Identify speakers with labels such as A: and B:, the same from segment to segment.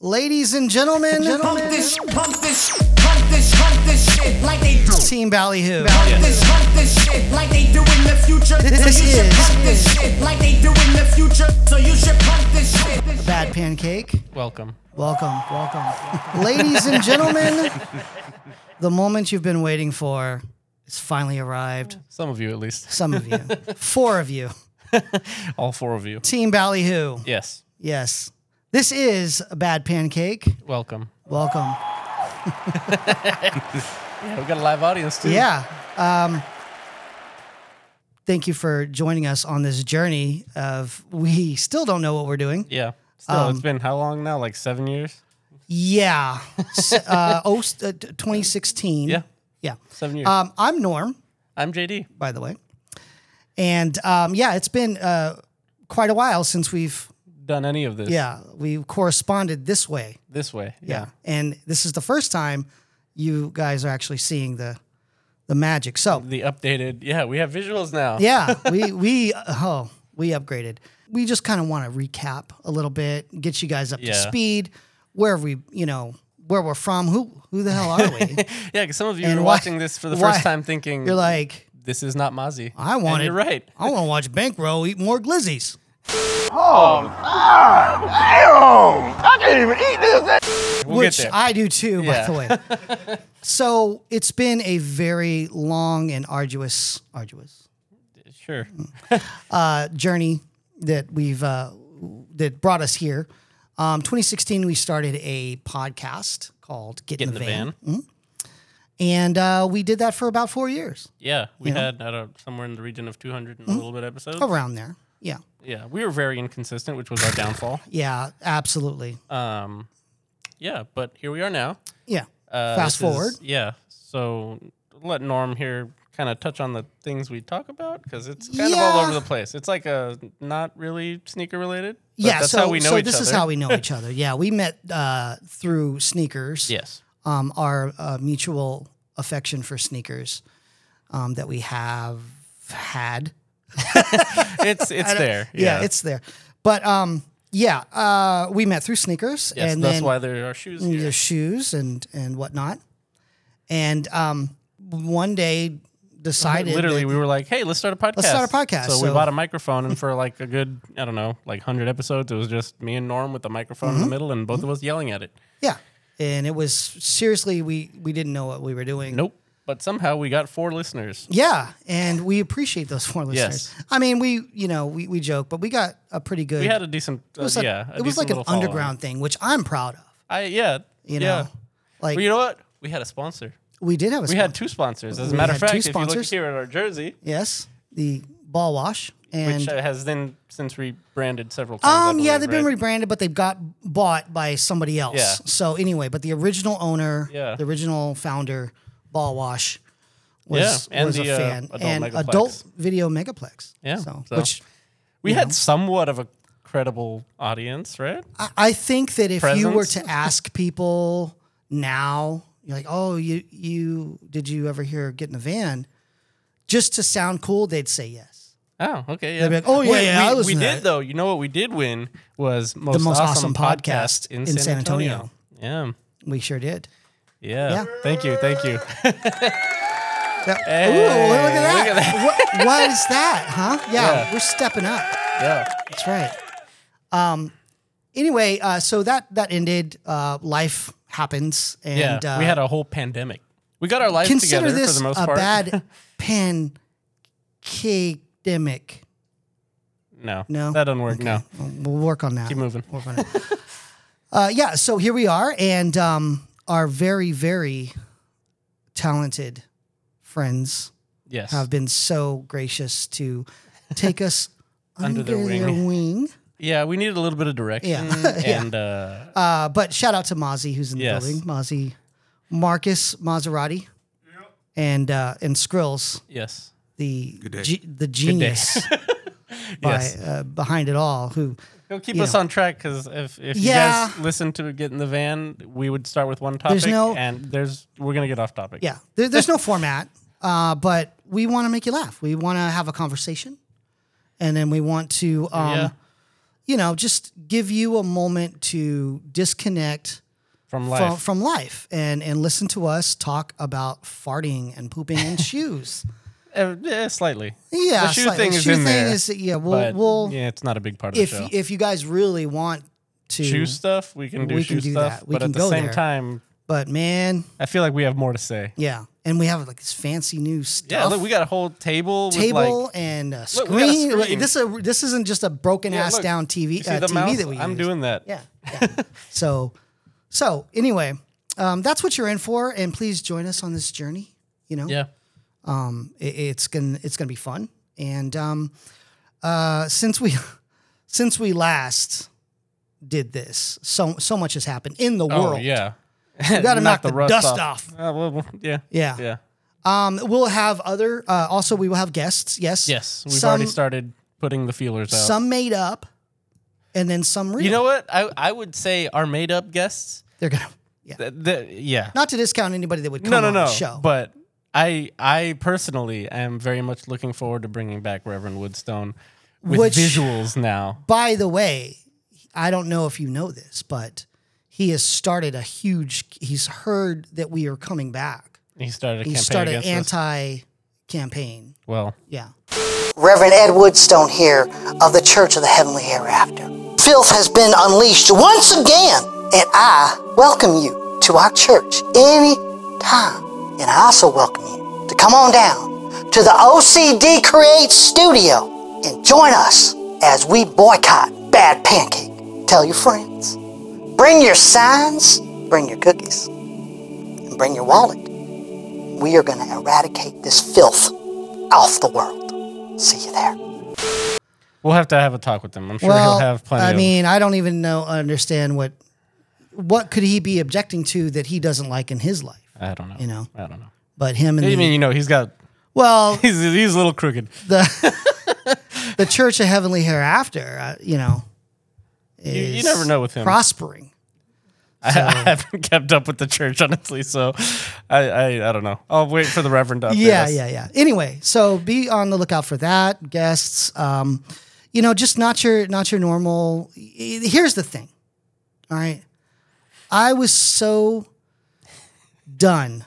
A: Ladies and gentlemen,
B: Pump this, pump this, pump this, pump this shit like they do.
A: Team Ballyhoo.
B: Pump this, pump this shit like they do in the future. So
A: This
B: you should
A: is-
B: pump this shit like they do in the future. So you should pump this shit.
A: Bad Pancake.
C: Welcome.
A: Welcome, welcome. Ladies and gentlemen, the moment you've been waiting for has finally arrived.
C: Some of you, at least.
A: Some of you, four of you.
C: All four of you.
A: Team Ballyhoo.
C: Yes.
A: Yes. This is Bad Pancake.
C: Welcome.
A: Welcome.
C: Yeah, we've got a live audience, too.
A: Yeah. Um, thank you for joining us on this journey of we still don't know what we're doing.
C: Yeah. Still,
A: Um,
C: it's been how long now? Like seven years?
A: Yeah. S- uh, oh, s- uh, t- 2016.
C: Yeah.
A: Yeah.
C: Seven years.
A: Um, I'm Norm,
C: I'm JD.
A: by the way. And um, yeah, it's been uh, quite a while since we've,
C: Done any of this
A: yeah, we corresponded this way.
C: this way.
A: Yeah. And this is the first time you guys are actually seeing the the magic. So,
C: The updated. Yeah, we have visuals now.
A: yeah, we we oh, we upgraded. We just kind of want to recap a little bit, get you guys up to
C: Yeah.
A: speed, where we, you know, where we're from, who who the hell are we?
C: Yeah, because some of you
A: And
C: are
A: why-
C: watching this for the
A: why-
C: first time thinking,
A: You're like,
C: this is not Mozzie.
A: I want
C: And You're right.
A: I want to watch Bankroll eat more glizzies.
D: Oh, I can't even eat this.
C: We'll
A: which
C: get there.
A: I do too,
C: Yeah.
A: by the way. so it's been a very long and arduous, arduous
C: sure.
A: Mm. uh, journey that we've uh, that brought us here. Um, 2016, we started a podcast called "Get,
C: Get in the van.
A: Mm-hmm. and uh, we did that for about four years,
C: Yeah, we had I don't, somewhere in the region of 200
A: Mm-hmm.
C: and a little bit episodes.
A: around there. Yeah,
C: Yeah, we were very inconsistent, which was our downfall.
A: yeah, absolutely.
C: Um, yeah, but here we are now.
A: yeah.
C: Uh,
A: Fast
C: this is-
A: forward.
C: yeah. So let Norm here kind of touch on the things we talk about because it's kind of all
A: Yeah.
C: over the place. It's like a not really sneaker related. but
A: yeah,
C: That's
A: so,
C: how we know
A: so
C: each
A: this
C: other.
A: is how we know each other. Yeah, we met uh, through sneakers.
C: Yes.
A: um, our uh, mutual affection for sneakers um, that we have had.
C: It's it's there. Yeah.
A: it's there. But um, yeah, uh, we met through sneakers,
C: yes,
A: and
C: that's
A: then
C: why there are shoes
A: the
C: here.
A: shoes and and whatnot. And um, one day decided
C: Literally,
A: that-
C: we were like, "Hey, let's start a podcast."
A: Let's start a podcast,
C: So, we
A: so-
C: bought a microphone, and for like a good, I don't know, like hundred episodes, it was just me and Norm with the microphone
A: Mm-hmm.
C: in the middle, and both of us yelling at it.
A: yeah, and it was seriously we we didn't know what we were doing.
C: Nope. But somehow we got four listeners.
A: Yeah, and we appreciate those four listeners. I mean, we you know we, we joke, but we got a pretty good.
C: We had a decent, uh,
A: it was like,
C: yeah,
A: it
C: a
A: was
C: decent
A: like an
C: little following.
A: underground thing, which I'm proud of.
C: I yeah,
A: You
C: yeah.
A: know, like
C: Well, you know what? We had a sponsor.
A: we did have a
C: We had two sponsors. As a
A: We
C: matter of
A: had two
C: fact, if you look
A: sponsors.
C: here at our jersey,
A: yes the ball wash and
C: which uh, has then since rebranded several times. I
A: um yeah
C: believe,
A: they've
C: right?
A: been rebranded but they've got bought by somebody else.
C: Yeah.
A: So anyway, but the original owner,
C: Yeah.
A: the original founder, ball wash. Was,
C: Yeah, and
A: was
C: the,
A: a
C: uh,
A: fan
C: adult
A: and
C: megaplex.
A: adult video megaplex.
C: Yeah,
A: so,
C: so.
A: which
C: we had somewhat of a credible audience, right?
A: I, I think that if you were
C: Presence.
A: to ask people now, you're like, oh, you you did you ever hear get in the van? Just to sound cool, they'd say yes.
C: Oh, okay. Yeah.
A: They'd be like, "Oh, yeah,
C: Wait,
A: yeah,
C: we,
A: I was
C: we
A: in
C: did
A: that."
C: though. You know what we did win was most
A: The most awesome
C: awesome,
A: podcast
C: in,
A: in
C: San,
A: San
C: Antonio. Yeah.
A: We sure did.
C: yeah,
A: Yeah.
C: Thank you, thank you.
A: That-
C: Hey,
A: ooh, look at that.
C: look at that.
A: What, what is that, huh? Yeah,
C: Yeah.
A: we're stepping up.
C: yeah,
A: That's right. Um, anyway, uh, so that that ended. Uh, life happens, and
C: yeah.
A: uh,
C: we had a whole pandemic. We got our lives
A: consider
C: together
A: this
C: for the most
A: a
C: part.
A: bad pancademic.
C: no,
A: No?
C: that doesn't work. No,
A: We'll work on that.
C: Keep moving.
A: Work on it. uh, yeah, so here we are, and um, our very, very talented friends
C: yes,
A: have been so gracious to take us
C: Under
A: under,
C: their
A: their,
C: wing.
A: wing.
C: Yeah, we needed a little bit of direction.
A: Yeah. Yeah.
C: And uh,
A: Uh, but shout out to Mozzie, who's in the
C: Yes.
A: building. Mozzie, Marcus Maserati, and uh, and Skrills,
C: yes.
A: the ge- the genius by,
C: Yes.
A: uh, behind it all, who
C: Go keep
A: you
C: us
A: know.
C: on track because if, if
A: Yeah.
C: you guys listen to Get in the Van, we would start with one topic.
A: no-
C: and there's we're gonna get off topic.
A: Yeah, there, there's no format, uh, but we want to make you laugh. We want to have a conversation, and then we want to, um,
C: Yeah.
A: you know, just give you a moment to disconnect
C: from
A: fro-
C: life.
A: From, life and, and listen to us talk about farting and pooping in shoes.
C: Uh, yeah, slightly.
A: Yeah,
C: the shoe
A: slightly.
C: thing
A: The
C: is
A: shoe
C: in
A: thing
C: there,
A: is- yeah, we'll-
C: but,
A: we'll-
C: yeah, it's not a big part of
A: if
C: the show.
A: if you guys really want to,
C: shoe stuff, we can do
A: we
C: shoe
A: can do
C: stuff,
A: that. We
C: but
A: can
C: at the
A: go
C: same
A: there.
C: time,
A: but man,
C: I feel like we have more to say.
A: yeah, and we have like this fancy new stuff.
C: Yeah, look, we got a whole table.
A: table
C: with like,
A: and a
C: Look, we got a
A: screen. Look,
C: screen.
A: This a, this isn't just a broken
C: Yeah,
A: ass
C: look,
A: down TV
C: you see
A: uh,
C: the
A: TV
C: mouse?
A: that we
C: I'm
A: use.
C: doing that.
A: Yeah. yeah. so so anyway, um, that's what you're in for, and please join us on this journey. You know,
C: Yeah.
A: it, it's gonna it's gonna be fun. And um, uh, since we since we last did this, so so much has happened in the
C: Oh
A: world.
C: yeah.
A: you got to knock the,
C: rust
A: dust off.
C: Uh, well, well, yeah.
A: Yeah.
C: Yeah.
A: Um, we'll have other. Uh, also, we will have guests. Yes.
C: Yes, we've
A: Some-
C: already started putting the feelers out.
A: Some made up, and then some real.
C: you know what? I I would say our made up guests.
A: they're gonna. Yeah.
C: th- th- yeah.
A: Not to discount anybody that would come
C: No, no,
A: on
C: no.
A: the show.
C: But I I personally am very much looking forward to bringing back Reverend Woodstone with
A: Which-
C: visuals now.
A: by the way, I don't know if you know this, but he has started a huge. He's heard that we are coming back.
C: He started a
A: He
C: campaign
A: started
C: against us.
A: anti campaign.
C: Well,
A: Yeah. Reverend Ed Woodstone here of the Church of the Heavenly Hereafter. Filth has been unleashed once again, and I welcome you to our church any time. And I also welcome you to come on down to the OCD Create Studio and join us as we boycott Bad Pancake. Tell your friends. Bring your signs, bring your cookies, and bring your wallet. We are going to eradicate this filth off the world. See you there.
C: we'll have to have a talk with him. I'm sure
A: Well,
C: he'll have plenty.
A: I
C: of-
A: mean, I don't even know understand what what could he be objecting to that he doesn't like in his life.
C: I don't know.
A: you know.
C: I don't know.
A: But him and
C: I
A: the,
C: mean, you know, he's got
A: well,
C: he's he's a little crooked.
A: the the Church of Heavenly Hereafter, uh, you know,
C: You,
A: is
C: you never know with him.
A: prospering.
C: I, I haven't kept up with the church honestly, so I I, I don't know. I'll wait for the Reverend. to update
A: Yeah,
C: us.
A: yeah, yeah. Anyway, so be on the lookout for that guests. Um, you know, just not your not your normal. Here's the thing. All right, I was so done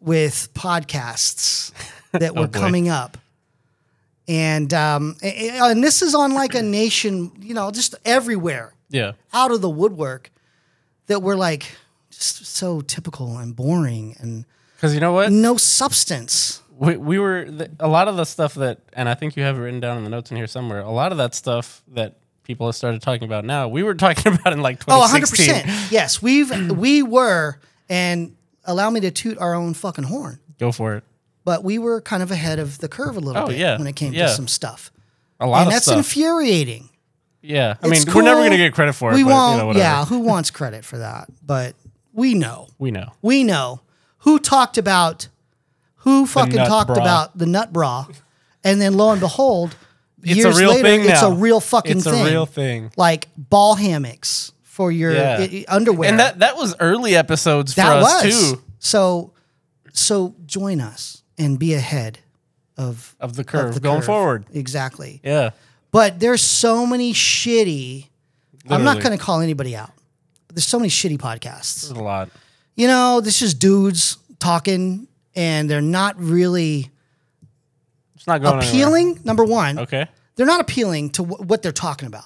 A: with podcasts that were
C: boy.
A: coming up, and um, a- a- and this is on like a nation, you know, just everywhere
C: yeah.
A: out of the woodwork that were like just so typical and boring and
C: Because you know what,
A: no substance.
C: we, we were th- a lot of the stuff that, and I think you have it written down in the notes in here somewhere. A lot of that stuff that people have started talking about now, we were talking about in like
A: Oh, 100
C: 2016.
A: percent. Yes, we've we were, and allow me to toot our own fucking horn,
C: Go for it.
A: but we were kind of ahead of the curve a little
C: Oh,
A: bit
C: yeah.
A: when it came to
C: Yeah.
A: some stuff,
C: A lot
A: and
C: of
A: that's
C: stuff.
A: infuriating.
C: yeah, I
A: It's
C: mean, we're never
A: cool.
C: gonna get credit for it.
A: We
C: but,
A: won't.
C: You know, whatever.
A: yeah, who wants credit for that? But we know,
C: we know.
A: we know who talked about who fucking
C: nut
A: talked
C: bra.
A: about the nut bra, and then lo and behold,
C: It's
A: years
C: a real
A: later,
C: thing
A: it's
C: now.
A: a real fucking
C: It's a
A: thing.
C: real thing.
A: like ball hammocks for your
C: Yeah.
A: i- i- underwear,
C: And that that was early episodes for
A: that
C: us
A: was
C: too
A: so so join us and be ahead of
C: of the
A: of
C: curve going
A: curve.
C: forward.
A: exactly
C: Yeah.
A: but there's so many shitty i'm not
C: Literally.
A: going to call anybody out but there's so many shitty podcasts
C: There's a lot.
A: you know this is dudes talking and they're not really
C: It's not going anywhere.
A: appealing number one
C: Okay.
A: they're not appealing to wh- what they're talking about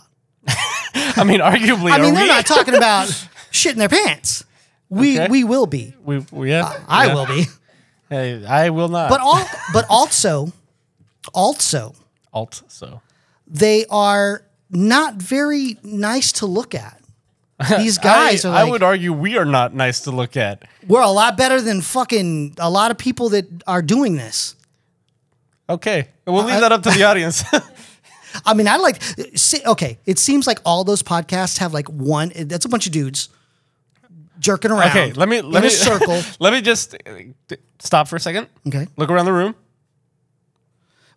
C: I mean, arguably,
A: i mean
C: are
A: they're
C: we?
A: not talking about shit in their pants we
C: Okay.
A: we will be
C: We, we- yeah,
A: i
C: yeah.
A: will be
C: Hey, I will not.
A: Uh, but all but also also
C: alt. So
A: they are not very nice to look at. These guys
C: I,
A: are like,
C: I would argue we are not nice to look at.
A: we're a lot better than fucking a lot of people that are doing this.
C: Okay, Uh, we'll leave that up to the audience.
A: I mean, I like, see, okay, it seems like all those podcasts have like one, that's a bunch of dudes jerking around.
C: okay, let me let
A: in
C: me
A: a circle.
C: let me just uh, d- stop for a second.
A: Okay.
C: Look around the room.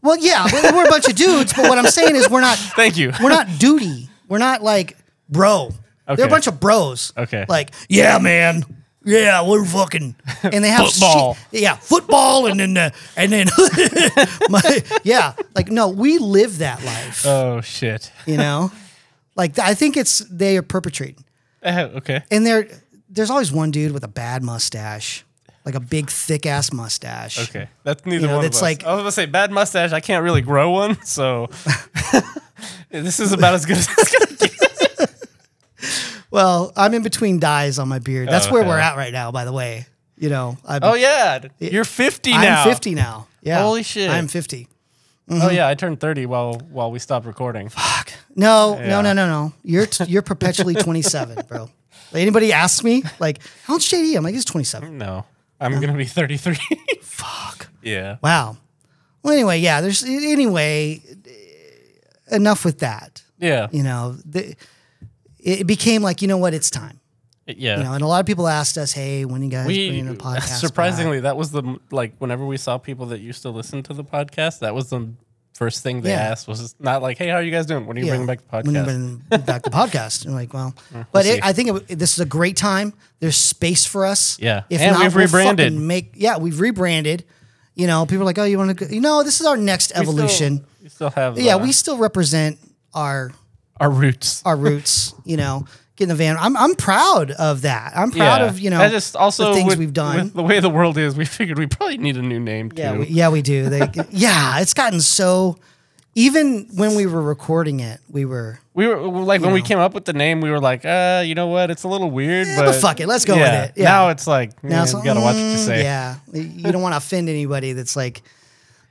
A: Well, yeah, we're, we're a bunch of dudes, but what I'm saying is we're not,
C: Thank you.
A: we're not duty. We're not like bro. They're a
C: Okay.
A: bunch of bros.
C: Okay.
A: Like, yeah, man. Yeah, we're fucking and they have shit-
C: Football.
A: yeah, football and then uh, and then my, yeah, like no, we live that life,
C: oh shit.
A: you know? Like I think it's they are perpetrating.
C: Eh, okay.
A: And there there's always one dude with a bad mustache. Like a big thick ass mustache.
C: Okay. That's neither
A: You know,
C: one
A: that's
C: of us.
A: like-
C: I was gonna say bad mustache. I can't really grow one, so this is about as good as it's gonna get.
A: Well, I'm in between dyes on my beard. That's
C: Oh,
A: where
C: okay.
A: we're at right now, by the way. You know, I'm,
C: Oh yeah, you're 50
A: I'm
C: now.
A: 50 now. Yeah.
C: Holy shit.
A: I'm 50.
C: Oh
A: Mm-hmm.
C: yeah, I turned 30 while while we stopped recording.
A: No,
C: Yeah.
A: no, no, no, no. You're t- you're perpetually 27, bro. Like, anybody asks me like, how old's JD? I'm like, he's 27.
C: No, I'm gonna be 33. Fuck. Yeah.
A: Wow. Well, anyway, yeah. There's anyway. Enough with that.
C: Yeah.
A: You know, the, it became like you know what? It's time.
C: Yeah.
A: You know, and a lot of people asked us, hey, when you guys
C: we uh,
A: bringing the podcast? back?
C: surprisingly that was the like whenever we saw people that used to listen to the podcast, that was the first thing they
A: Yeah.
C: asked was not like, "Hey, how are you guys doing? When are you bringing back the
A: When you
C: podcast?"
A: bring back the podcast. And like, well, but
C: see.
A: it, I think it, w- this is a great time. There's space for us.
C: Yeah.
A: If
C: And
A: not,
C: we've
A: we'll
C: rebranded.
A: fucking Make yeah, we've rebranded. You know, people are like, oh, you want to? go You know, this is our next
C: We still-
A: evolution.
C: We still have
A: yeah,
C: uh,
A: we still represent our
C: our roots.
A: our roots. you know, get in the van. I'm I'm proud of that. I'm proud
C: Yeah.
A: of you know
C: I just also
A: the things
C: with-
A: we've done.
C: with the way the world is. We figured we probably need a new name
A: Yeah,
C: too.
A: we, yeah, we do. They, yeah, it's gotten so. Even when we were recording it, we were
C: we were like when we came up with the name, we were like, "Uh, you know what? It's a little weird,
A: but
C: but,
A: fuck it, let's go
C: yeah.
A: with it. Yeah.
C: Now it's like now
A: it's
C: you gotta watch what you
A: mm,
C: say.
A: Yeah, you don't want to offend anybody. That's like,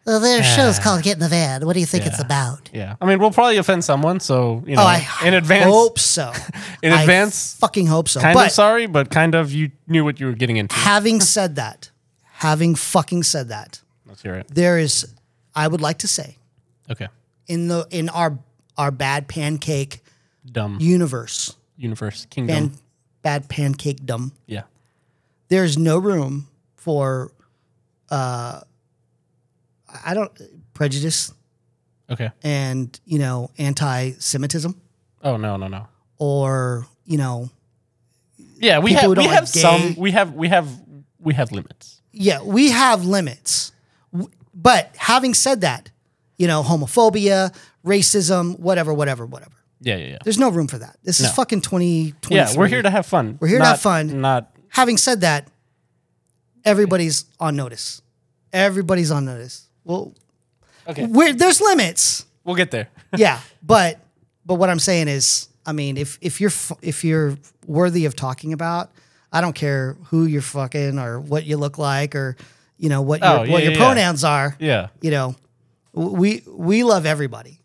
A: well, their show's called Get in the Van. What do you think it's
C: Yeah.
A: about?
C: Yeah. I mean, we'll probably offend someone, so you know,
A: Oh, I
C: in advance,
A: hope so.
C: in
A: I
C: advance,
A: fucking hope so.
C: kind
A: but
C: of sorry, but kind of you knew what you were getting into.
A: having said that, having fucking said that,
C: Let's hear it.
A: there is, I would like to say,
C: Okay.
A: in the in our our bad pancake
C: Dumb
A: universe,
C: universe kingdom.
A: pan, bad pancake dumb.
C: yeah.
A: there's no room for uh I don't prejudice
C: Okay.
A: and you know anti-Semitism
C: Oh no no no.
A: or you know
C: Yeah, we
A: People
C: have
A: who
C: we
A: don't
C: have
A: like gay-
C: some. We have we have we have limits.
A: yeah we have limits W- but having said that you know homophobia racism whatever whatever whatever
C: Yeah yeah yeah.
A: there's no room for that this
C: No.
A: is fucking 20
C: Yeah, we're here to have fun. We're
A: here to have fun.
C: Not
A: having said that everybody's on notice everybody's on notice well
C: okay.
A: we're, there's limits
C: We'll get there.
A: yeah, but but what I'm saying is, I mean, if if you're f- if you're worthy of talking about, I don't care who you're fucking or what you look like or you know what your,
C: Oh, yeah,
A: what your
C: yeah, yeah.
A: pronouns are.
C: Yeah.
A: You know, w- we we love everybody,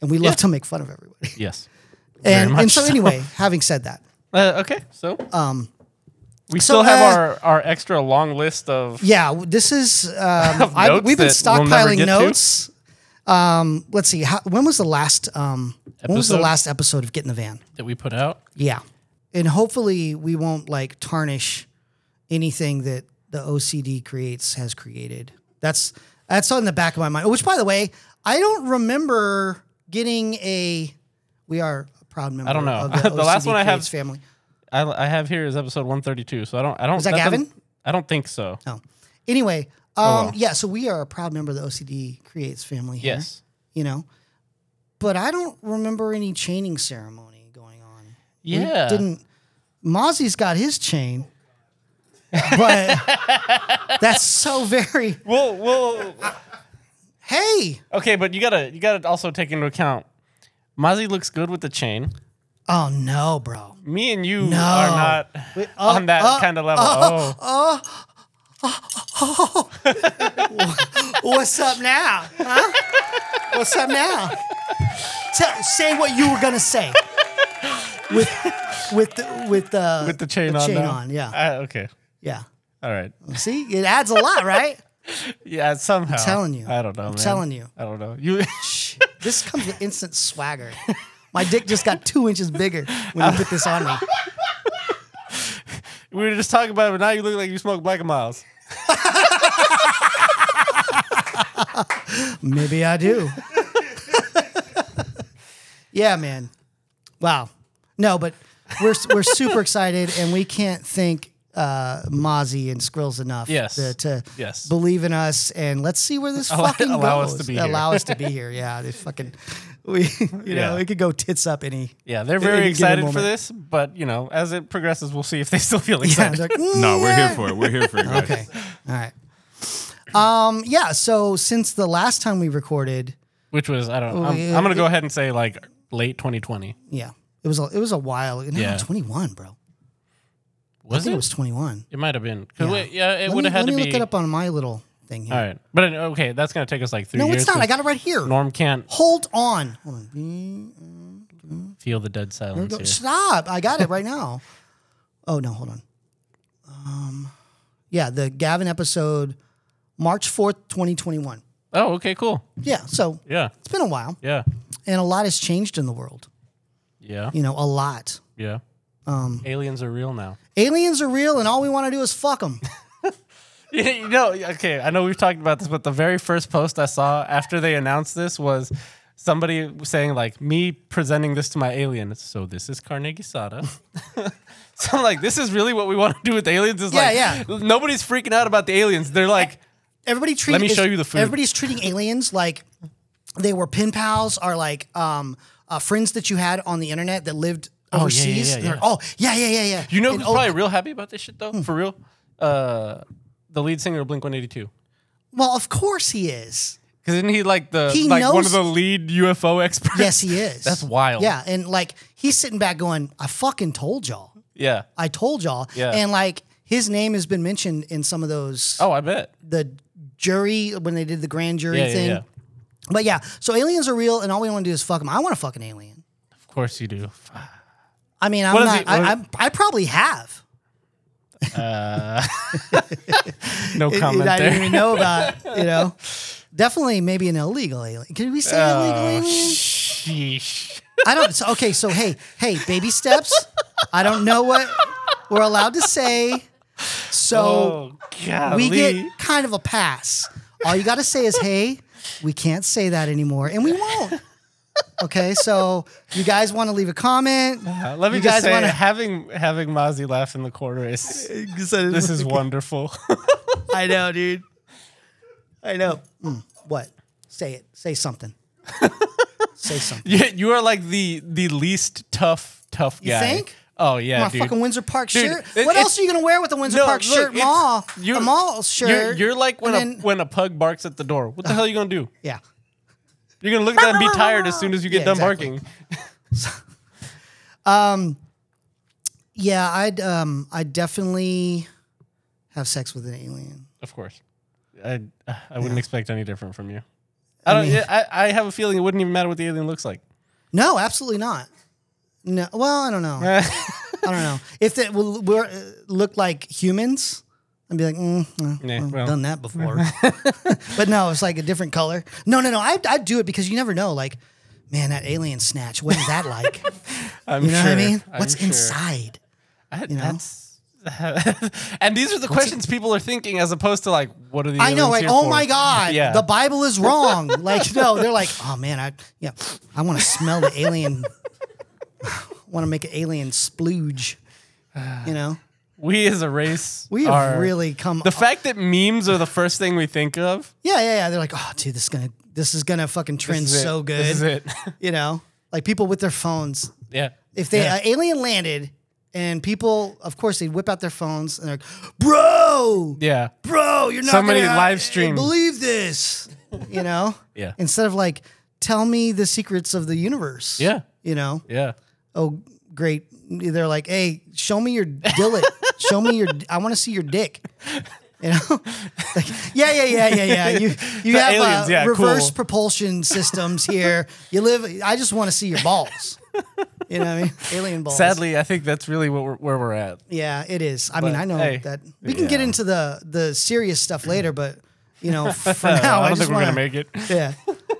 A: and we love
C: Yeah.
A: to make fun of everybody.
C: Yes. Very
A: And
C: much
A: and so
C: so.
A: anyway, having said that,
C: Uh, okay. So um, we
A: so,
C: still have
A: uh,
C: our our extra long list of
A: yeah, w- this is um, I,
C: notes
A: we've been
C: that we'll
A: stockpiling
C: never get to?
A: notes. Um, let's see, how, when was the last um, when was the
C: Episode?
A: last episode of Get in the Van?
C: that we put out.
A: Yeah. And hopefully we won't like tarnish anything that the OCD creates has created. That's that's on the back of my mind. Which by the way, I don't remember getting a we are a proud member
C: I don't know.
A: of the,
C: The last
A: OCD
C: one I have-
A: Creates family.
C: I, I have here is episode 132. So I don't I don't. Is
A: that Gavin? Oh,
C: I don't think so.
A: No. Anyway, um
C: Oh,
A: yeah, so we are a proud member of the OCD Creates family here,
C: Yes.
A: you know. But I don't remember any chaining ceremony going on. We
C: Yeah.
A: didn't Mozzie's got his chain. But that's so very
C: Well, well.
A: hey.
C: Okay, but you gotta you gotta also take into account. Mozzie looks good with the chain.
A: Oh no, bro.
C: Me and you are not on that
A: uh,
C: kind of level. oh,
A: What's up now? Huh? What's up now? Tell, say what you were gonna say. With with the with uh, the
C: with the chain on. now.
A: yeah.
C: Ah, okay.
A: yeah.
C: All right.
A: See? It adds a lot, right?
C: Yeah. Somehow. I'm
A: telling you.
C: I don't know.
A: I'm
C: man.
A: telling you.
C: I don't know. You.
A: Shh. This comes with instant swagger. My dick just got two inches bigger when you put this on me.
C: we were just talking about it, but now you look like you smoke black and miles.
A: Maybe I do. yeah, man. Wow. No, but we're we're super excited, and we can't thank uh, Mozzie and Skrills enough
C: Yes.
A: to, to
C: Yes.
A: believe in us. And let's see where this
C: Allow-
A: fucking
C: allow us
A: goes.
C: to be here.
A: allow us to be here. Yeah, they fucking we, you know,
C: Yeah.
A: it could go tits up any.
C: Yeah, they're
A: any
C: very
A: given
C: excited for
A: moment.
C: this, but you know, as it progresses, we'll see if they still feel
A: Yeah,
C: excited.
A: it's like,
E: No, we're here for it. We're here for you guys.
A: okay, all right. Um, yeah. So since the last time we recorded,
C: Which was I don't.
A: Oh,
C: I'm,
A: yeah,
C: I'm gonna go ahead and say like late 2020.
A: yeah, it was a, it was a while. No,
C: Yeah.
A: 21, bro. I
C: Was
A: think
C: it?
A: it was 21.
C: It might have been. 'Cause
A: Yeah.
C: we- yeah, it
A: Let me-
C: would have had
A: Let
C: to
A: me
C: be.
A: look it up on my little thing here.
C: All right, but anyway, okay, that's gonna take us like three
A: No,
C: years.
A: it's not. I
C: 'cause
A: got it right here.
C: Norm can't
A: Hold on. Hold on.
C: feel the dead silence here.
A: Stop. I got it right now. Oh, no, hold on. Um, yeah, the Gavin episode, March 4th, 2021.
C: Oh, okay, cool.
A: Yeah, so
C: Yeah,
A: it's been a while,
C: yeah,
A: and a lot has changed in the world.
C: yeah,
A: You know, a lot.
C: yeah.
A: Um,
C: Aliens are real now.
A: Aliens are real, and all we want to do is fuck them.
C: you know, okay, I know we've talked about this, but the very first post I saw after they announced this was somebody saying like me presenting this to my alien. So this is Carnegie Sada. so I'm like, this is really what we want to do with aliens. Is like,
A: Yeah,
C: nobody's freaking out about the aliens. They're like,
A: Everybody treat,
C: Let me
A: is-
C: show you the food.
A: Everybody's treating aliens like they were pen pals or like um, uh, friends that you had on the internet that lived
C: yeah,
A: overseas.
C: yeah, yeah,
A: They're-
C: yeah.
A: Oh, yeah, yeah, yeah, yeah.
C: you know,
A: And
C: who's
A: oh, Hmm.
C: probably real happy about this shit though, for real. Uh, the lead singer of Blink 182.
A: Well, of course he is.
C: Because isn't he like the
A: He
C: like one
A: knows-
C: of the lead UFO experts?
A: Yes, he is.
C: That's wild.
A: Yeah, and like he's sitting back going, "I fucking told y'all.
C: Yeah.
A: I told y'all."
C: Yeah.
A: And like his name has been mentioned in some of those
C: Oh, I bet.
A: the jury when they did the grand jury
C: Yeah, yeah,
A: thing.
C: yeah.
A: But yeah, so aliens are real, and all we want to do is fuck them. I want to fuck an alien.
C: Of course you do.
A: I mean, I'm
C: What is
A: not.
C: it- what
A: I,
C: is-
A: I'm- I probably have.
C: No
A: It- it-
C: comment
A: I
C: there.
A: didn't even know about. You know, definitely maybe an illegal alien. Can we say
C: Oh,
A: illegal alien?
C: Sheesh.
A: I don't. So, okay, so hey, hey, baby steps. I don't know what we're allowed to say. So
C: Oh, God.
A: we get kind of a pass. All you got to say is, "Hey, we can't say that anymore," and we won't. Okay, so you guys want to leave a comment?
C: Let me
A: you
C: just
A: guys
C: say,
A: wanna-
C: having having Mozzie laugh in the corner is this is wonderful.
A: I know, dude. I know. Mm, what? Say it. Say something. say something.
C: you, you are like the the least tough tough
A: You
C: guy.
A: think?
C: Oh yeah,
A: My
C: dude.
A: fucking Windsor Park
C: Dude,
A: shirt.
C: it-
A: what else
C: it's-
A: are you gonna wear with a Windsor
C: No,
A: Park
C: look,
A: shirt?
C: it's-
A: Mall.
C: you-
A: a mall
C: You're,
A: shirt.
C: you're like when
A: And
C: a
A: then-
C: when a pug barks at the door. What the hell are you gonna do?
A: yeah.
C: You're gonna look at that and be tired as soon as you get
A: Yeah,
C: done
A: exactly.
C: barking.
A: Yeah, I'd um I definitely have sex with an alien.
C: Of course. I I wouldn't expect any different from you. I don't. I, I have a feeling it wouldn't even matter what the alien looks like.
A: No, absolutely not. No, well, I don't know. I don't know if it will were, uh, look like humans. I'd be like, mm, no,
C: Yeah,
A: well,
C: well.
A: done that before. but no, it's like a different color. No, no, no. I I do it because you never know. Like, man, that alien snatch. What is that like?
C: I'm
A: you know
C: sure.
A: what I mean?
C: I'm
A: What's
C: sure.
A: inside?
C: That-
A: know?
C: That's and these are the questions people are thinking, as opposed to like, what are the?
A: I know,
C: aliens
A: right?
C: here
A: Oh
C: for?
A: my God,
C: Yeah.
A: the Bible is wrong. Like, no, they're like, oh man, I yeah, I want to smell the alien. want to make an alien splooge. You know,
C: we as a race,
A: we have
C: are-
A: really come.
C: The fact that memes are the first thing we think of.
A: yeah, yeah, yeah. They're like, oh, dude, this is gonna, this is gonna fucking trend
C: is it.
A: so good.
C: This is it.
A: You know, like people with their phones.
C: yeah.
A: If they
C: Yeah.
A: uh, alien landed, and people, of course, they whip out their phones and they're like, bro,
C: yeah.
A: bro, you're not
C: So many
A: gonna
C: live stream-
A: Believe this, you know.
C: Yeah.
A: Instead of like, tell me the secrets of the universe.
C: Yeah.
A: You know.
C: Yeah.
A: Oh, great. They're like, hey, show me your dillet. show me your. I want to see your dick. You know. Like, yeah, yeah, yeah, yeah, yeah. You you
C: The
A: have uh,
C: aliens, yeah,
A: reverse
C: cool.
A: propulsion systems here. You live. I just want to see your balls. You know what I mean? Alien balls.
C: Sadly, I think that's really what we're, where we're at.
A: Yeah, it is. I mean,
C: But,
A: I know
C: hey,
A: that we can get
C: yeah.
A: into the the serious stuff later, but you know, for now,
C: I
A: I,
C: don't
A: just
C: think we're
A: want
C: gonna make it.
A: Yeah,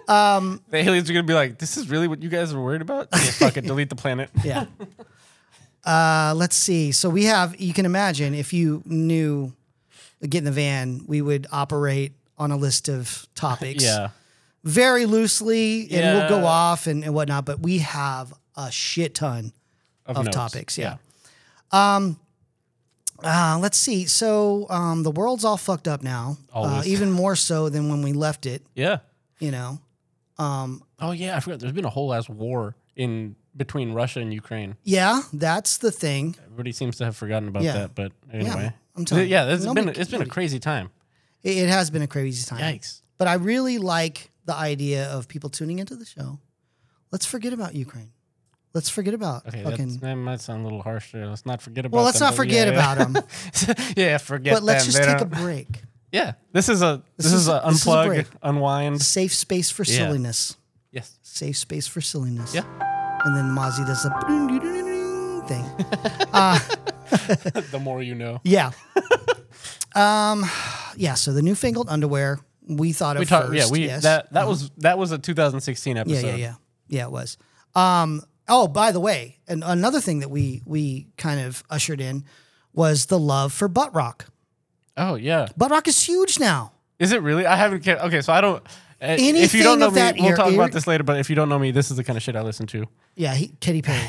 C: The aliens are gonna be like, "This is really what you guys were worried about." Yeah, fuck it, delete the planet.
A: yeah. Uh, let's see. So we have. You can imagine if you knew, get in the van, we would operate on a list of topics,
C: Yeah.
A: very loosely, and we'll go
C: Yeah.
A: off and, and whatnot. But we have a shit ton
C: Of,
A: of
C: notes.
A: topics. Yeah. Um, uh, let's see. So um, the world's all fucked up now, uh,
C: Always.
A: even more so than when we left it.
C: Yeah.
A: You know, um,
C: Oh yeah, I forgot. There's been a whole ass war in between Russia and Ukraine.
A: Yeah, that's the thing.
C: Everybody seems to have forgotten about
A: Yeah.
C: that, but anyway.
A: I'm telling
C: yeah,
A: you,
C: it's been
A: nobody-
C: it's been a crazy time.
A: It, it has been a crazy time.
C: Yikes.
A: But I really like the idea of people tuning into the show. Let's forget about Ukraine. Let's forget about
C: Okay,
A: fucking.
C: that's, that might sound a little harsh. there. Let's not forget about.
A: Well, let's
C: them,
A: not
C: but yeah,
A: forget about 'em. about them.
C: yeah. yeah, forget.
A: But let's
C: them.
A: just
C: They
A: take a
C: don't-
A: break.
C: Yeah, this is a this, is,
A: is-
C: a
A: this is a
C: unplug,
A: break.
C: unwind.
A: Safe space for
C: Yeah.
A: silliness.
C: Yes.
A: Safe space for silliness.
C: Yeah.
A: And then Mozzie does a thing.
C: the more you know.
A: Yeah. um. Yeah. So the newfangled underwear we thought of
C: We talked.
A: first.
C: Yeah, we
A: yes. Mm-hmm.
C: that that was that was a 2016
A: yeah,
C: episode.
A: yeah, yeah, yeah. It was. Um. Oh, by the way, and another thing that we we kind of ushered in was the love for butt rock.
C: Oh yeah.
A: Butt rock is huge now.
C: Is it really? I haven't. Kept, okay, so I don't. uh, if
A: Anything
C: you don't know
A: of
C: me,
A: that
C: we'll
A: year-
C: talk
A: year-
C: about this later. But if you don't know me, this is the kind of shit I listen to.
A: Yeah, he, Katy Perry.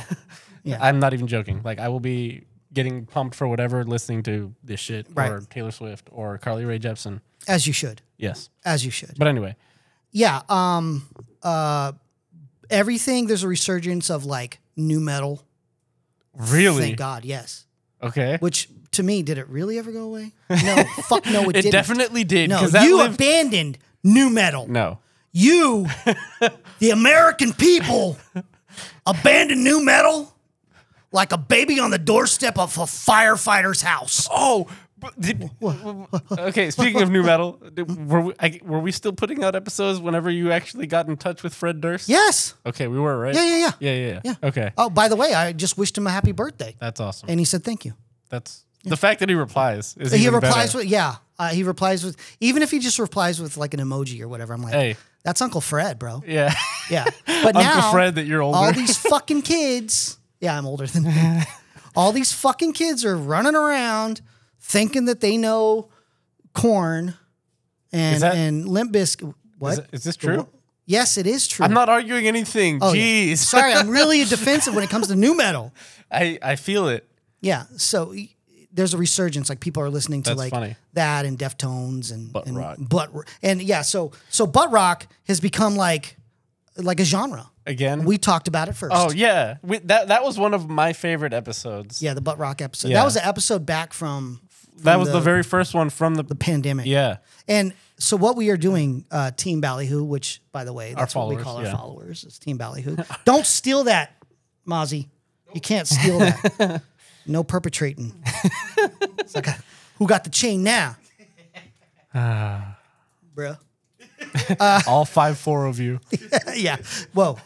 C: I'm not even joking. Like I will be getting pumped for whatever, listening to this shit
A: Right.
C: or Taylor Swift or Carly Rae Jepsen.
A: as you should.
C: Yes,
A: As you should.
C: but anyway,
A: Yeah. Um. Uh. Everything. There's a resurgence of like new metal.
C: really,
A: Thank God. Yes.
C: okay.
A: Which to me, did it really ever go away? No. fuck no. It,
C: It
A: didn't.
C: definitely did.
A: No,
C: 'cause that
A: you
C: lived-
A: abandoned new metal.
C: no,
A: You, the American people, abandoned new metal like a baby on the doorstep of a firefighter's house.
C: Oh, but did, okay. Speaking of new metal, did- were we, I, were we still putting out episodes whenever you actually got in touch with Fred Durst?
A: Yes.
C: Okay, we were right.
A: Yeah, yeah, yeah.
C: yeah, yeah, yeah.
A: Yeah.
C: Okay,
A: Oh, by the way, I just wished him a happy birthday,
C: that's awesome.
A: and he said thank you.
C: that's the fact that he replies is
A: he
C: even
A: replies
C: better.
A: with yeah. Uh, he replies with even if he just replies with like an emoji or whatever. I'm like,
C: Hey.
A: that's Uncle Fred, bro.
C: yeah,
A: Yeah. But
C: Uncle
A: now
C: Fred that you're older.
A: all these fucking kids. Yeah, I'm older than him. all these fucking kids are running around thinking that they know corn and
C: Is that-
A: and limp biscuit. What?
C: is, is this true?
A: yes, it is true.
C: I'm not arguing anything.
A: Oh,
C: Jeez,
A: yeah. Sorry, I'm really defensive when it comes to new metal.
C: I I feel it.
A: Yeah. So y- there's a resurgence. Like people are listening to
C: That's
A: like
C: funny.
A: that and Deftones and butt and
C: rock.
A: butt r- and yeah. So so butt rock has become like like a genre.
C: Again?
A: we talked about it first.
C: Oh yeah, we, that that was one of my favorite episodes.
A: yeah, the butt rock episode.
C: Yeah.
A: That was the episode back from, from
C: that was the, very first one from the,
A: the pandemic.
C: yeah.
A: And so what we are doing, uh, Team Ballyhoo, which by the way, that's what we
C: followers,
A: call our
C: yeah.
A: followers. It's Team Ballyhoo. Don't steal that, Mozzie. You can't steal that. no perpetrating. It's like a- who got the chain now? Bruh.
C: All five four of you.
A: yeah. Whoa.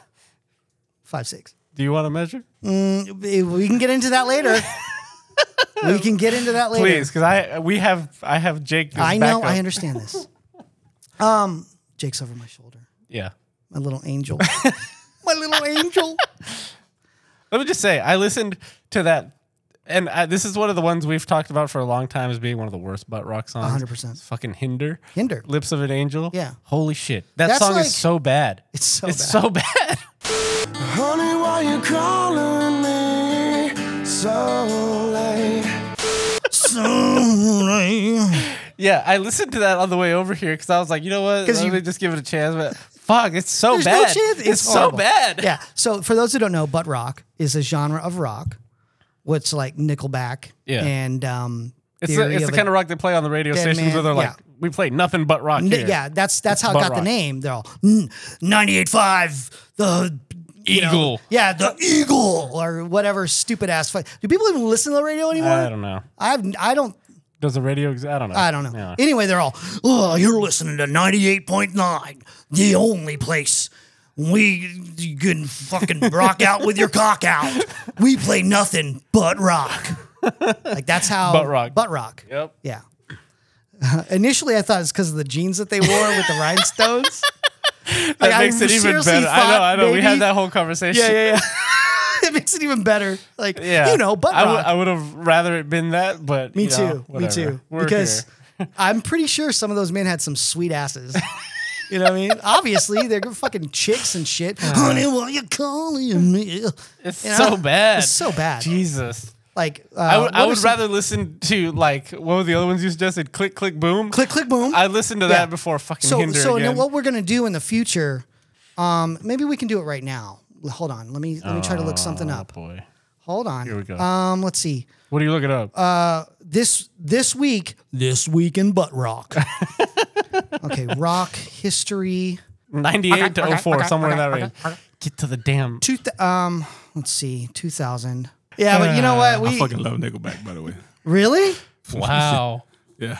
A: Five six.
C: Do you want to measure?
A: We can get into that later. we can get into that later.
C: Please, because I we have I have Jake. as
A: I know.
C: backup.
A: I understand this. Um, Jake's over my shoulder.
C: Yeah.
A: My little angel. my little angel.
C: Let me just say, I listened to that, and I, this is one of the ones we've talked about for a long time as being one of the worst butt rock songs.
A: 100%.
C: It's Fucking Hinder.
A: Hinder.
C: Lips of an Angel.
A: Yeah.
C: Holy shit. That
A: That's
C: song
A: like-
C: is so bad.
A: It's so
C: It's
A: bad.
C: so bad.
F: Honey, why you calling me so late?
C: Yeah, I listened to that on the way over here because I was like, you know what?
A: 'Cause
C: Let
A: you-
C: me just give it a chance. But fuck, it's so
A: There's
C: bad.
A: no chance.
C: It's, so
A: horrible.
C: bad.
A: Yeah. So for those who don't know, butt rock is a genre of rock, what's like Nickelback.
C: Yeah.
A: And um,
C: It's, the, it's the kind of rock they play on the radio
A: Dead
C: stations
A: Man,
C: where they're like,
A: yeah.
C: we play nothing but rock
A: N-
C: here.
A: yeah, that's that's how it
C: butt
A: got the
C: rock.
A: name. They're all "Mm, 98.5, the you know,
C: Eagle.
A: yeah, the eagle or whatever stupid ass. Fight. Do people even listen to the radio anymore?
C: I don't know.
A: I've I don't
C: Does the radio? Ex- I don't know.
A: I don't know.
C: Yeah.
A: Anyway, they're all, oh, you're listening to 98.9, the only place we you can fucking rock out with your cock out. We play nothing but rock. Like that's how
C: Butt rock.
A: Butt rock.
C: Yep.
A: Yeah. initially, I thought it's because of the jeans that they wore with the rhinestones.
C: That
A: Like, I
C: makes it even
A: seriously
C: better. I know.
A: thought
C: I know. We
A: maybe-
C: had that whole conversation.
A: Yeah, yeah, yeah. it makes it even better. Like
C: Yeah.
A: you know, butt
C: I
A: rock.
C: would have rather it been that, but
A: Me
C: you know,
A: too. me
C: whatever.
A: too.
C: We're
A: because
C: here.
A: I'm pretty sure some of those men had some sweet asses. You know what I mean? Obviously, they're fucking chicks and shit. Honey, why you calling me?
C: Uh-huh. it's
A: you know,
C: so bad.
A: it's so bad.
C: Jesus.
A: Like, uh,
C: I would,
A: what
C: I
A: are
C: would
A: some-
C: rather listen to like what were the other ones you suggested? Click, click, boom.
A: click, click, boom.
C: I listened to
A: Yeah.
C: that before fucking
A: so,
C: Hinder
A: so now
C: again.
A: what we're gonna do in the future Um, maybe we can do it right now. Hold on. Let me let me try to look something
C: Oh
A: up.
C: boy.
A: Hold on. Here
C: we go.
A: Um, let's see.
C: What are you looking up?
A: Uh, This this week, this week in butt rock. okay, rock history.
C: 98 to 04, somewhere in that range. Get to the damn.
A: Two th- um, let's see, two thousand. Yeah, but you know what?
E: I
A: We
E: fucking love Nickelback, by the way.
A: really.
C: Wow.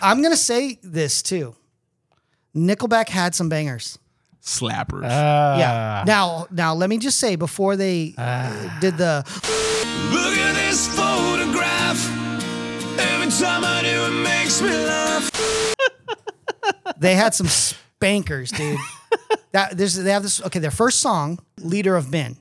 A: I'm gonna say this too. Nickelback had some bangers.
E: Slappers.
A: yeah. Now, now let me just say before they uh, did the
F: Look at this photograph. Every time I do, it makes me laugh.
A: they had some spankers, dude. that this they have this okay, their first song, Leader of Men.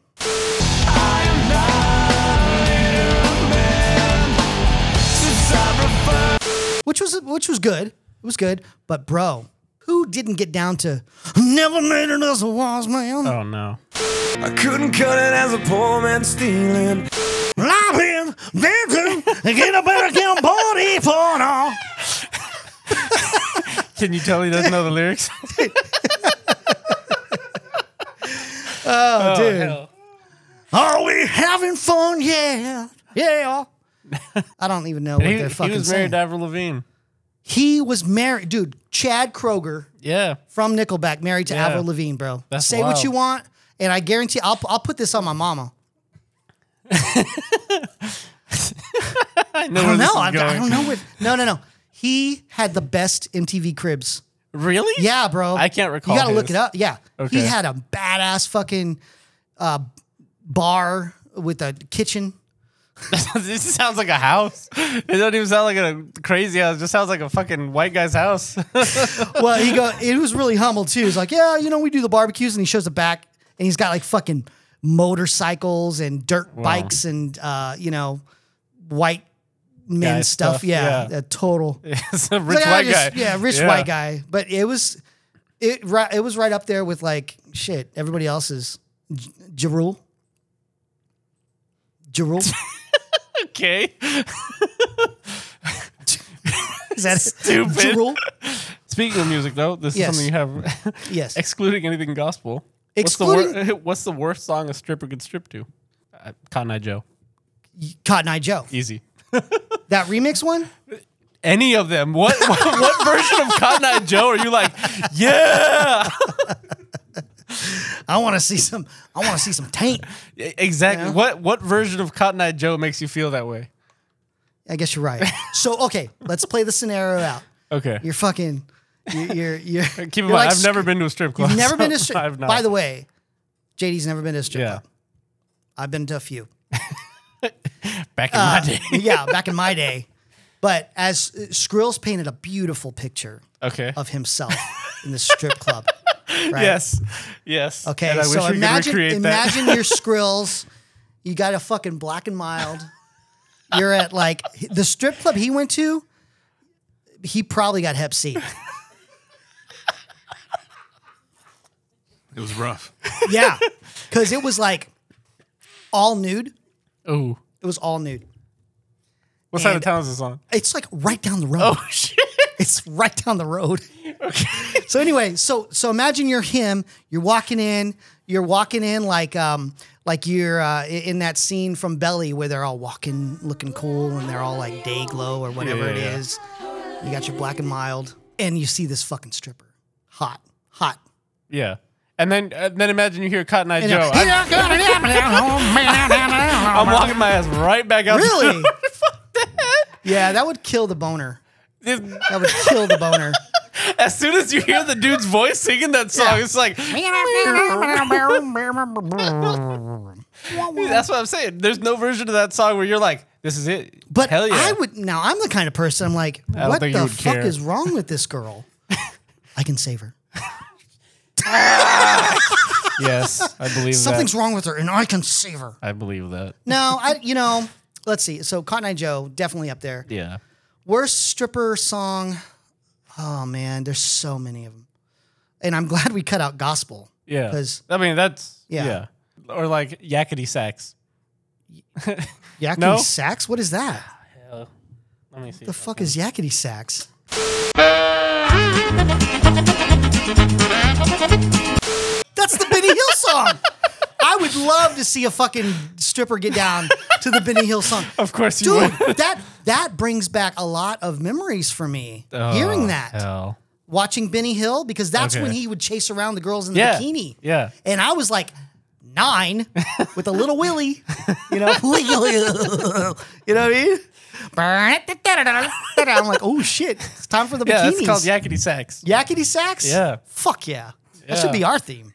A: Which was which was good. It was good, but bro, who didn't get down to never made it as a wise man?
C: Oh no.
F: I couldn't cut it as a poor man stealing.
A: Laughing, dancing, and get a better camp body for now.
C: Can you tell he doesn't know the lyrics?
A: Oh, dude. Are we having fun? Yeah. Yeah. I don't even know what
C: He,
A: they're
C: he
A: fucking
C: was
A: saying.
C: married to Avril Lavigne.
A: He was married, dude. Chad Kroger
C: Yeah.
A: from Nickelback, married to
C: Yeah.
A: Avril Lavigne, bro.
C: That's
A: Say what
C: wild.
A: you want, and I guarantee I'll I'll put this on my mama.
C: I know
A: I
C: where
A: don't
C: this
A: know.
C: is
A: I, I
C: going.
A: don't know what. No, no, no. He had the best MTV cribs.
C: Really?
A: Yeah, bro.
C: I can't recall
A: You gotta look
C: his.
A: it up. Yeah.
C: Okay.
A: He had a badass fucking uh, bar with a kitchen.
C: this sounds like a house. It doesn't even sound like a crazy house. It just sounds like a fucking white guy's house.
A: well, he go. It was really humble too. He's like, yeah, you know, we do the barbecues, and he shows the back, and he's got like fucking motorcycles and dirt bikes and uh, you know, white men
C: Guy
A: stuff.
C: stuff,
A: Yeah,
C: yeah.
A: a total rich
C: it's a rich white guy.
A: Yeah, rich white guy. But it was, it right. It was right up there with like shit. Everybody else's J- Jerul. Jerul.
C: Okay.
A: Is that
C: Stupid.
A: Jerul?
C: Speaking of music, though, this
A: Yes.
C: is something you have.
A: Yes.
C: Excluding anything gospel. What's the, wor- what's the worst song a stripper could strip to? Uh, Cotton Eye Joe.
A: Cotton Eye Joe.
C: Easy.
A: That remix one.
C: Any of them. What, what, what version of Cotton Eye Joe are you like, yeah?
A: I want to see some. I want to see some taint.
C: E- Exactly.
A: Yeah.
C: What, what version of Cotton Eye Joe makes you feel that way?
A: I guess you're right. So okay, let's play the scenario out.
C: Okay.
A: You're fucking. You're. You're. you're
C: Keep in mind, I've never been to a strip club.
A: You've never been to a
C: so
A: strip.
C: I've not.
A: By the way, JD's never been to a strip
C: yeah.
A: club. I've been to a few.
C: Back in
A: uh,
C: my day.
A: yeah, back in my day. But as uh, Skrills painted a beautiful picture
C: Okay.
A: of himself in the strip club. Right?
C: Yes. Yes.
A: Okay.
C: And I
A: so
C: wish we
A: imagine,
C: could recreate that.
A: imagine your Skrills. You got a fucking black and mild. You're at like the strip club he went to. He probably got Hep C.
E: It was rough.
A: Yeah, because it was like all nude.
C: Ooh.
A: It was all nude.
C: What side
A: And-
C: of town is this on?
A: It's like right down the road.
C: Oh shit.
A: It's right down the road. Okay. So anyway, so so imagine you're him. You're walking in. You're walking in like um like you're uh, i- in that scene from Belly where they're all walking, looking cool, and they're all like day glow or whatever
C: Yeah,
A: it
C: yeah.
A: is. You got your black and mild, and you see this fucking stripper, hot, hot.
C: Yeah. And then and then imagine you hear Cotton Eye
A: And
C: Joe.
A: you're-
C: I'm, I'm walking my ass right back out. the
A: Really?
C: door.
A: yeah, that would kill the boner.
C: If-
A: That would kill the boner.
C: as soon as you hear the dude's voice singing that song, it's like that's what I'm saying. There's no version of that song where you're like, this is it.
A: But
C: Hell yeah.
A: I would now. I'm the kind of person. I'm like,
C: don't
A: what
C: think you
A: the
C: would
A: fuck
C: care."
A: is wrong with this girl? I can save her.
C: Yes, I believe
A: Something's
C: that.
A: wrong with her, and I can save her.
C: I believe that.
A: No, I. You know, let's see. So Cotton Eye Joe definitely up there.
C: Yeah.
A: Worst stripper song. Oh man, there's so many of them, and I'm glad we cut out gospel.
C: Yeah.
A: 'Cause-
C: I mean that's
A: Yeah.
C: yeah. Or like yakety sax.
A: Yakety
C: No?
A: sax. What is that?
C: Let me see.
A: The fuck is yakety sax? That's the Benny Benny Hill song. I would love to see a fucking stripper get down to the Benny Hill song.
C: Of course you
A: Dude,
C: would.
A: that that brings back a lot of memories for me. hearing that,
C: Oh, Hell.
A: watching Benny Hill, because that's
C: Okay.
A: when he would chase around the girls in the
C: Yeah.
A: bikini.
C: Yeah.
A: and I was like nine with a little willy, you know, you know what I mean? I'm like, oh shit, it's time for the
C: Yeah,
A: bikinis.
C: it's called Yakety Sax.
A: Yakety sax?
C: Yeah.
A: Fuck yeah. That
C: Yeah.
A: should be our theme.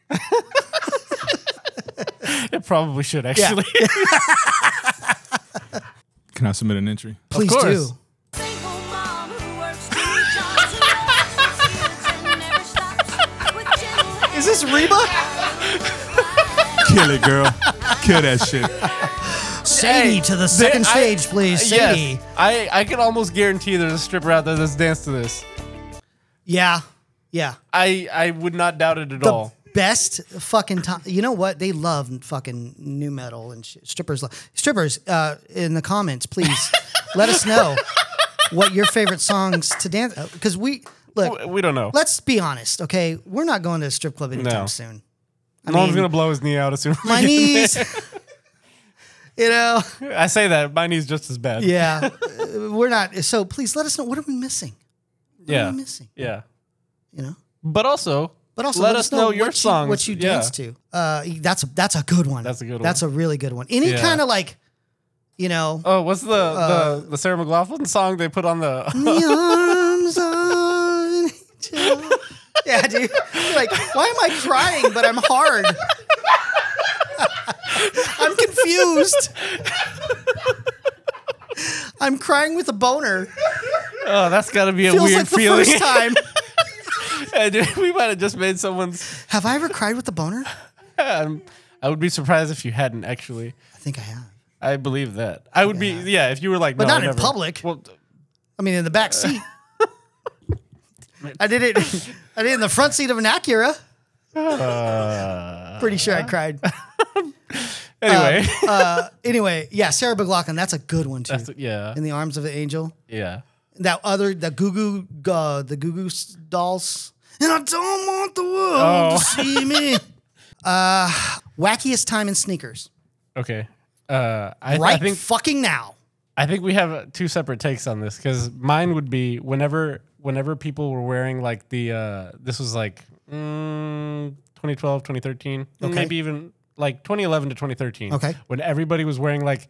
C: It probably should actually.
E: Can I submit an entry?
A: Please
C: course.
A: do.
G: Single mom who works two jobs, who loves her kids and never stops. With gentle
A: Is this Reba?
E: Kill it, girl. Kill that shit.
A: Sadie to the second
C: I-
A: stage, please.
C: yes.
A: Sadie.
C: I, I can almost guarantee there's a stripper out there that's danced to this.
A: Yeah. Yeah.
C: I, I would not doubt it at all.
A: Best fucking time. You know what? They love fucking new metal and shit. Strippers love. Strippers, uh, in the comments, please let us know what your favorite songs to dance. Because we, look,
C: W- We don't know.
A: let's be honest, okay? We're not going to a strip club anytime
C: No.
A: soon.
C: no one's
A: mean-
C: gonna blow his knee out as soon. as we
A: My
C: get
A: knees. you know?
C: there. I say that my knee's just as bad.
A: Yeah, uh, we're not. So please let us know what are we missing.
C: yeah,
A: I'm missing.
C: yeah.
A: You know,
C: But also,
A: but also
C: let, us know, your
A: what
C: songs,
A: you, what you
C: Yeah.
A: dance to. Uh, that's a, that's a good one.
C: That's a good one.
A: That's a really good one. Any
C: Yeah.
A: kind of like, you know,
C: Oh, what's the
A: Uh,
C: the, the Sarah McLaughlin song they put on the?
A: the arms of an angel. Yeah, dude. You're like, why am I crying? But I'm hard. I'm confused. I'm crying with a boner.
C: Oh, that's gotta be a
A: Feels
C: weird
A: like the
C: feeling.
A: first time.
C: And we might have just made someone's.
A: Have I ever cried with a boner?
C: Um, I would be surprised if you hadn't actually.
A: I think I have.
C: I believe that. I would be yeah if you were like,
A: But
C: no,
A: not in
C: never.
A: public.
C: Well,
A: I mean, in the back seat. I did it. I did it in the front seat of an Acura. Pretty sure I cried.
C: anyway,
A: Um, Anyway, yeah, Sarah McLaughlin. That's a good one too.
C: yeah,
A: in the arms of the angel.
C: yeah.
A: That other, the Goo Goo, uh, the Goo Goo S- dolls. And I don't want the world
C: Oh.
A: to see me. Uh, wackiest time in sneakers.
C: Okay. Uh, I,
A: Right
C: I think
A: fucking now.
C: I think we have uh, two separate takes on this because mine would be whenever whenever people were wearing like the uh, this was like mm, 2012 2013 maybe even like 2011 to 2013
A: Okay.
C: when everybody was wearing like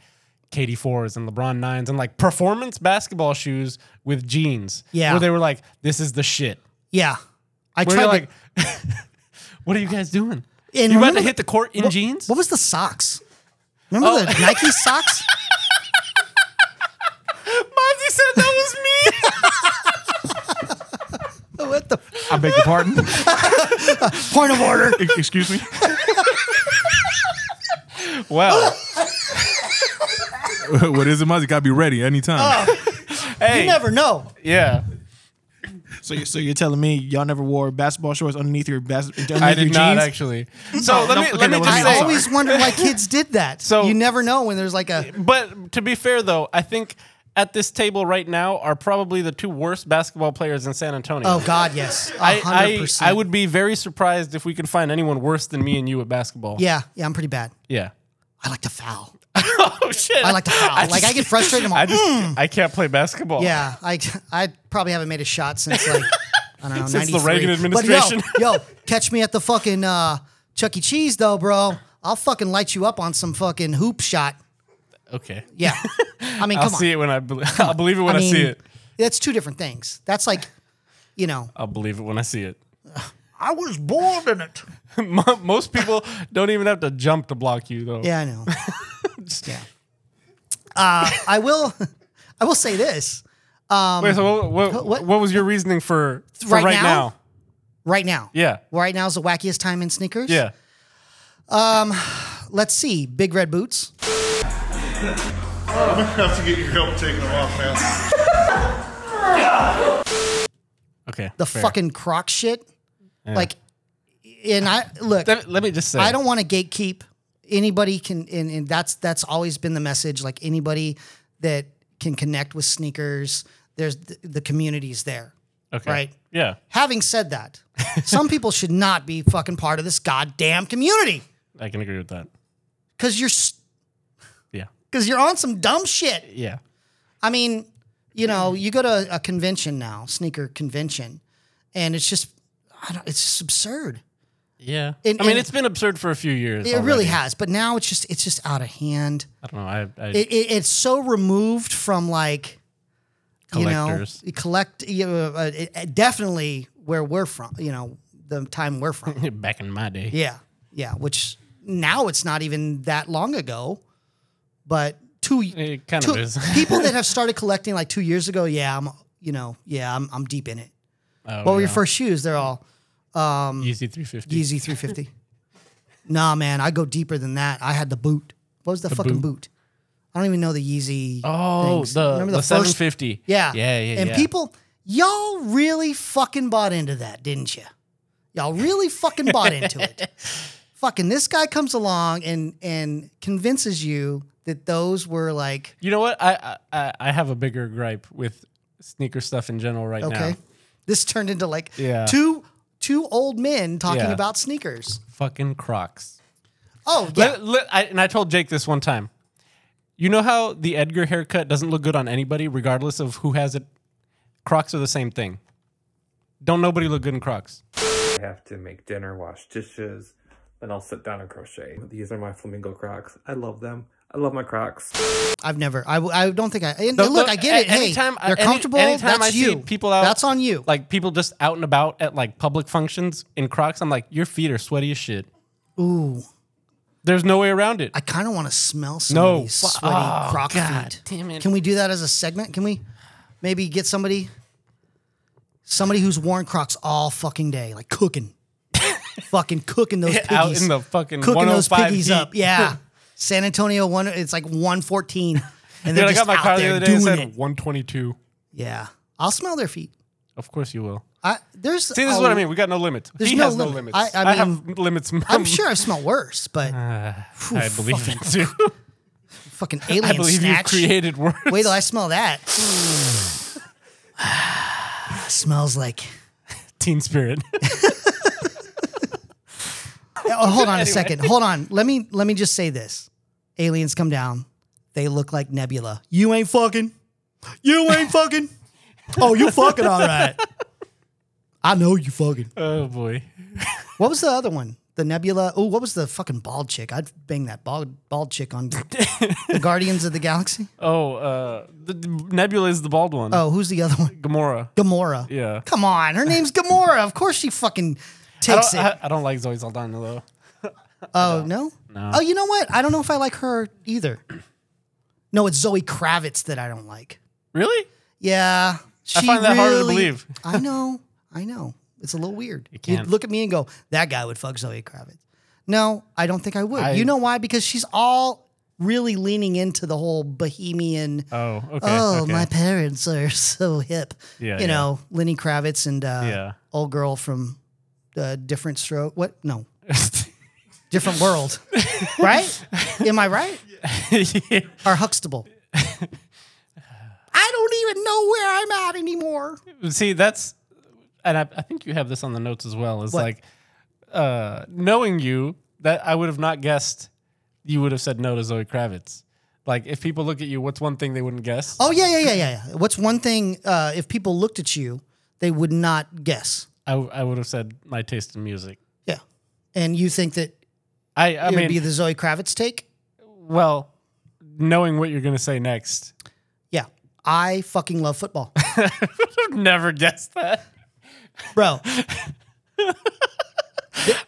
C: KD fours and LeBron nines and like performance basketball shoes with jeans
A: Yeah.
C: where they were like this is the shit
A: Yeah. I
C: where
A: tried
C: you're
A: to-
C: like what are you guys doing
A: And
C: you about
A: remember
C: to
A: the-
C: hit the court in jeans
A: What was the socks? Remember
C: Oh.
A: the Nike socks?
C: Monty said that was me
A: what the
E: I beg your pardon.
A: point of order?
E: Ex- Excuse me.
C: well
E: what is it, Muzzy? Gotta be ready anytime.
A: You never know.
C: yeah
H: So, you're, so you're telling me y'all never wore basketball shorts underneath your bas- underneath
C: I
H: your
C: did not
H: jeans?
C: actually. So let
H: no,
C: me
H: okay,
C: let me
H: that was
C: just
A: I
H: me, I'm
C: say.
H: sorry.
A: always wonder why kids did that.
C: So-
A: you never know when there's like a
C: But to be fair though, I think at this table right now are probably the two worst basketball players in San Antonio.
A: oh god yes, A
C: I,
A: hundred
C: I
A: percent.
C: I would be very surprised if we could find anyone worse than me and you at basketball.
A: yeah yeah I'm pretty bad.
C: Yeah.
A: I like to foul.
C: Oh shit.
A: I like to foul. like I get frustrated. I'm like,
C: I just I can't play basketball.
A: Yeah, I I probably haven't made a shot since like I don't know
C: Since the
A: 93.
C: Reagan
A: But
C: administration.
A: yo, yo, catch me at the fucking uh, Chuck E. Cheese though, bro. I'll fucking light you up on some fucking hoop shot.
C: Okay.
A: Yeah, I mean,
C: I'll
A: come on.
C: see it when I bel I'll believe it when I,
A: mean,
C: see it.
A: That's two different things. That's like, you know,
C: I'll believe it when I see it.
A: I was born in it.
C: Mo- Most people don't even have to jump to block you though.
A: Yeah, I know. yeah, uh, I will. I will say this
C: Wait, so what, what,
A: What-
C: what was your reasoning for, for
A: Right
C: right,
A: now?
C: now?
A: right now.
C: Yeah.
A: Right now is the wackiest time in sneakers.
C: Yeah.
A: Let's see. Big red boots.
I: have to get your help taken off, man.
C: Okay.
A: the
C: fair.
A: fucking croc shit. Like, and I look,
C: Let, let me just say.
A: I don't want to gatekeep. Anybody can, and, and that's that's always been the message. Like anybody that can connect with sneakers, there's the, the community's there.
C: Okay.
A: Right.
C: Yeah.
A: Having said that, some people should not be fucking part of this goddamn community
C: I can agree with that.
A: because you're s-
C: Yeah.
A: because you're on some dumb shit.
C: Yeah.
A: I mean, you know, you go to a convention now, sneaker convention, and it's just, I don't, it's just absurd.
C: Yeah.
A: And-
C: I mean,
A: and-
C: it's been absurd for a few years.
A: It really
C: already.
A: has, but now it's just, it's just out of hand.
C: I don't know. I, I
A: It, it, it's so removed from like,
C: Collectors.
A: you know, collect, you know, uh, it- it- definitely where we're from, you know, the time we're from.
C: back in my day.
A: Yeah. Yeah. Which now it's not even that long ago, but two,
C: It kind
A: two
C: of is.
A: people that have started collecting like two years ago. Yeah. I'm, you know, yeah, I'm, I'm deep in it.
C: Oh,
A: what were
C: yeah.
A: your first shoes? They're all um,
C: Yeezy 350.
A: Yeezy 350. nah, man, I go deeper than that. I had the boot. What was the, fucking boot. I don't even know the Yeezy.
C: Oh,
A: things.
C: the,
A: Remember
C: the,
A: first-
C: 750.
A: Yeah.
C: Yeah. Yeah.
A: And
C: yeah.
A: people, y'all really fucking bought into that, didn't you? Y'all really fucking bought into it. Fucking this guy comes along and and convinces you that those were like
C: You know what? I, I- I I have a bigger gripe with sneaker stuff in general right
A: okay.
C: now.
A: This turned into like
C: Yeah.
A: two two old men talking
C: Yeah.
A: about sneakers.
C: Fucking Crocs.
A: Oh yeah.
C: Let- let- I- and I told Jake this one time. You know how the Edgar haircut doesn't look good on anybody, regardless of who has it. Crocs are the same thing. Don't nobody look good in Crocs.
J: I have to make dinner, wash dishes, then I'll sit down and crochet. These are my flamingo crocs. I love them. I love my crocs.
A: I've never. I, w- I don't think I. And
J: The-
A: look,
J: the-
A: I get it.
J: a-
A: Hey,
J: anytime I-
A: they're
J: any-
A: comfortable.
C: uh, anytime
A: that's
C: I
A: you.
C: see people out,
A: That's on you.
C: Like people just out and about at like public functions in Crocs. I'm like, your feet are sweaty as shit.
A: Ooh,
C: There's no way around it.
A: I kind of want to smell some
C: No.
A: of these sweaty
C: Oh,
A: croc
C: God
A: feet.
C: damn it.
A: Can we do that as a segment? Can we maybe get somebody, somebody who's worn Crocs all fucking day, like cooking, fucking cooking those piggies
C: Out in the fucking
A: cooking those
C: 105
A: piggies
C: heat.
A: up. Yeah, San Antonio one. It's like one fourteen, and
C: Dude,
A: they're
C: I
A: just
C: got my
A: out
C: car the
A: there
C: other day and
A: doing
C: said
A: it.
C: 122.
A: Yeah, I'll smell their feet.
C: Of course you will.
A: I, there's
C: See, this is
A: a-
C: what I mean. We got no limits.
A: Oh, There's
C: he
A: no
C: has no
A: limit.
C: limits.
A: I-
C: I,
A: I
C: have limits.
A: I'm sure I've smelled worse, but Phew,
C: Uh, I believe
A: fucking-
C: it too.
A: fucking alien
C: I believe you
A: snatch.
C: created worse.
A: Wait till I smell that. Smells like.
C: Teen Spirit.
A: Oh, hold on a
C: Anyway.
A: second. Hold on. Let me let me just say this. Aliens come down. They look like Nebula. You ain't fucking. You ain't fucking. Oh, you fucking all right. I know you fucking.
C: oh boy.
A: What was the other one? The Nebula. Oh, what was the fucking bald chick? I'd bang that bald bald chick on the Guardians of the Galaxy.
C: Oh, uh, the, the Nebula is the bald one.
A: Oh, who's the other one?
C: Gamora.
A: Gamora.
C: Yeah.
A: Come on, her name's Gamora. Of course she fucking
C: I
A: takes
C: don't,
A: it.
C: I, I don't like Zoe Saldana though.
A: oh no.
C: No.
A: Oh, you know what? I don't know if I like her either. No, it's Zoe Kravitz that I don't like.
C: Really?
A: Yeah, she
C: find that hard to believe.
A: I know. I know. It's a little weird. You
C: can't.
A: would look at me and go, "That guy would fuck Zoe Kravitz." No, I don't think I would.
C: I-
A: you know why? Because she's all really leaning into the whole bohemian.
C: Oh, okay.
A: oh,
C: okay.
A: my parents are so hip.
C: Yeah,
A: you
C: yeah.
A: know, Lenny Kravitz and uh,
C: Yeah.
A: old girl from uh, different stroke. What? No, different world. right? Am I right? Or Huxtable? I don't even know where I'm at anymore.
C: See, that's, and I, I think you have this on the notes as well. Is
A: What?
C: like, uh, knowing you, that I would have not guessed you would have said no to Zoe Kravitz. Like, if people look at you, what's one thing they wouldn't guess?
A: Oh yeah, yeah, yeah, yeah. yeah. What's one thing uh, if people looked at you, they would not guess.
C: I, I would have said my taste in music.
A: Yeah, and you think that
C: I, I
A: it
C: mean,
A: would be the Zoe Kravitz take?
C: well, knowing what you're going to say next,
A: Yeah, I fucking love football,
C: I've never guessed that.
A: bro.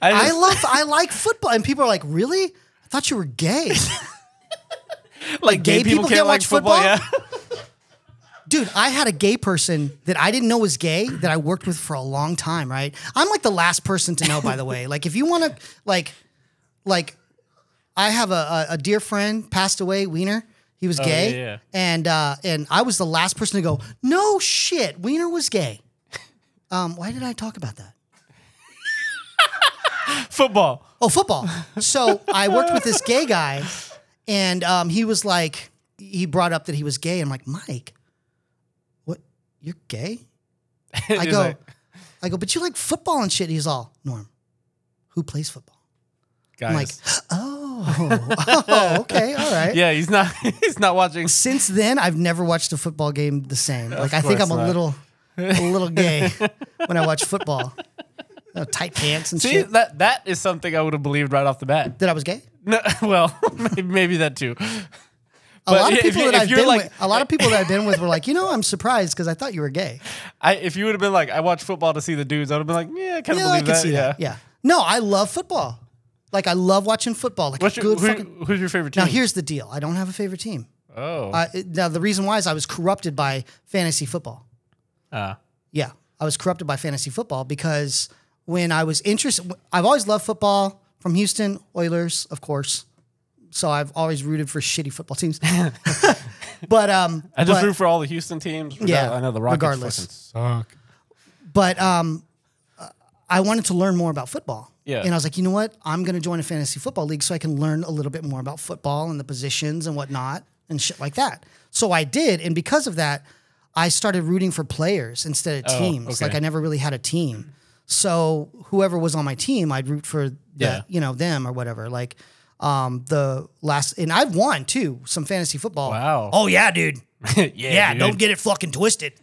C: I,
A: I
C: just-
A: love, I like football, and people are like, "Really? I thought you were gay,
C: like
A: gay people can't watch football?
C: Yeah.
A: dude." I had a gay person that I didn't know was gay that I worked with for a long time. Right? I'm like the last person to know, by the way. Like, if you want to, like, like, I have a, a, a dear friend passed away, Wiener. He was gay,
C: yeah, yeah.
A: and uh, and I was the last person to go. No shit, Wiener was gay. Um, why did I talk about that?
C: football.
A: Oh, football. So I worked with this gay guy, and um, he was like, he brought up that he was gay. I'm like, Mike, what? You're gay? I
C: He's
A: go,
C: like-
A: I go, but you like football and shit. He's all, Norm, who plays football? I'm like,
C: guys.
A: oh, oh, okay, all right.
C: Yeah, he's not. He's not watching.
A: Since then, I've never watched a football game the same.
C: Of
A: like I think I'm
C: course
A: a
C: not.
A: little, a little gay when I watch football. Uh, tight pants and
C: See
A: shit.
C: that that is something I would have believed right off the bat.
A: That I was gay.
C: No, well, maybe, maybe that too.
A: A lot of people that I've been with, a lot of people that I've been with were like, you know, I'm surprised because I thought you were gay.
C: I, if you would have been like, I watch football to see the dudes, I would have been like, yeah, I kind of
A: Yeah, I
C: believe
A: could
C: that.
A: see
C: yeah.
A: that. Yeah. No, I love football. Like I love watching football. Like
C: What's
A: a
C: your,
A: good
C: who-
A: fucking.
C: who's your favorite team?
A: Now here's the deal. I don't have a favorite team.
C: oh,
A: Uh, it- now the reason why is I was corrupted by fantasy football.
C: Ah.
A: Yeah, I was corrupted by fantasy football because when I was interested, I've always loved football from Houston Oilers, of course. So I've always rooted for shitty football teams. but um,
C: I just
A: but,
C: root for all the Houston teams.
A: Yeah,
C: Yeah, I know the Rockets
A: regardless.
C: fucking suck.
A: but um, uh, I wanted to learn more about football.
C: Yeah.
A: And I was like, you know what? I'm going to join a fantasy football league so I can learn a little bit more about football and the positions and whatnot and shit like that. So I did, and because of that, I started rooting for players instead of
C: Oh,
A: teams.
C: okay.
A: Like I never really had a team. So whoever was on my team, I'd root for the,
C: Yeah.
A: you know them or whatever. Like um, the last, and I've won too some fantasy football.
C: Wow.
A: Oh yeah, dude.
C: yeah,
A: Yeah,
C: dude.
A: don't get it fucking twisted.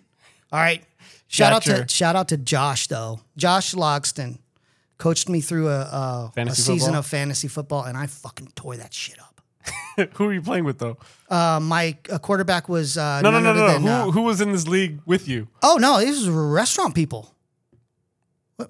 A: All right. Shout out
C: Gotcha.
A: to shout out to Josh though. Josh Logston coached me through a, a, a
C: Fantasy
A: season
C: football?
A: of fantasy football, and I fucking tore that shit up.
C: Who are you playing with though?
A: Uh, my uh, quarterback was uh,
C: no, no,
A: none
C: no,
A: other
C: no.
A: than, uh,
C: who, who was in this league with you?
A: oh no, these were restaurant people.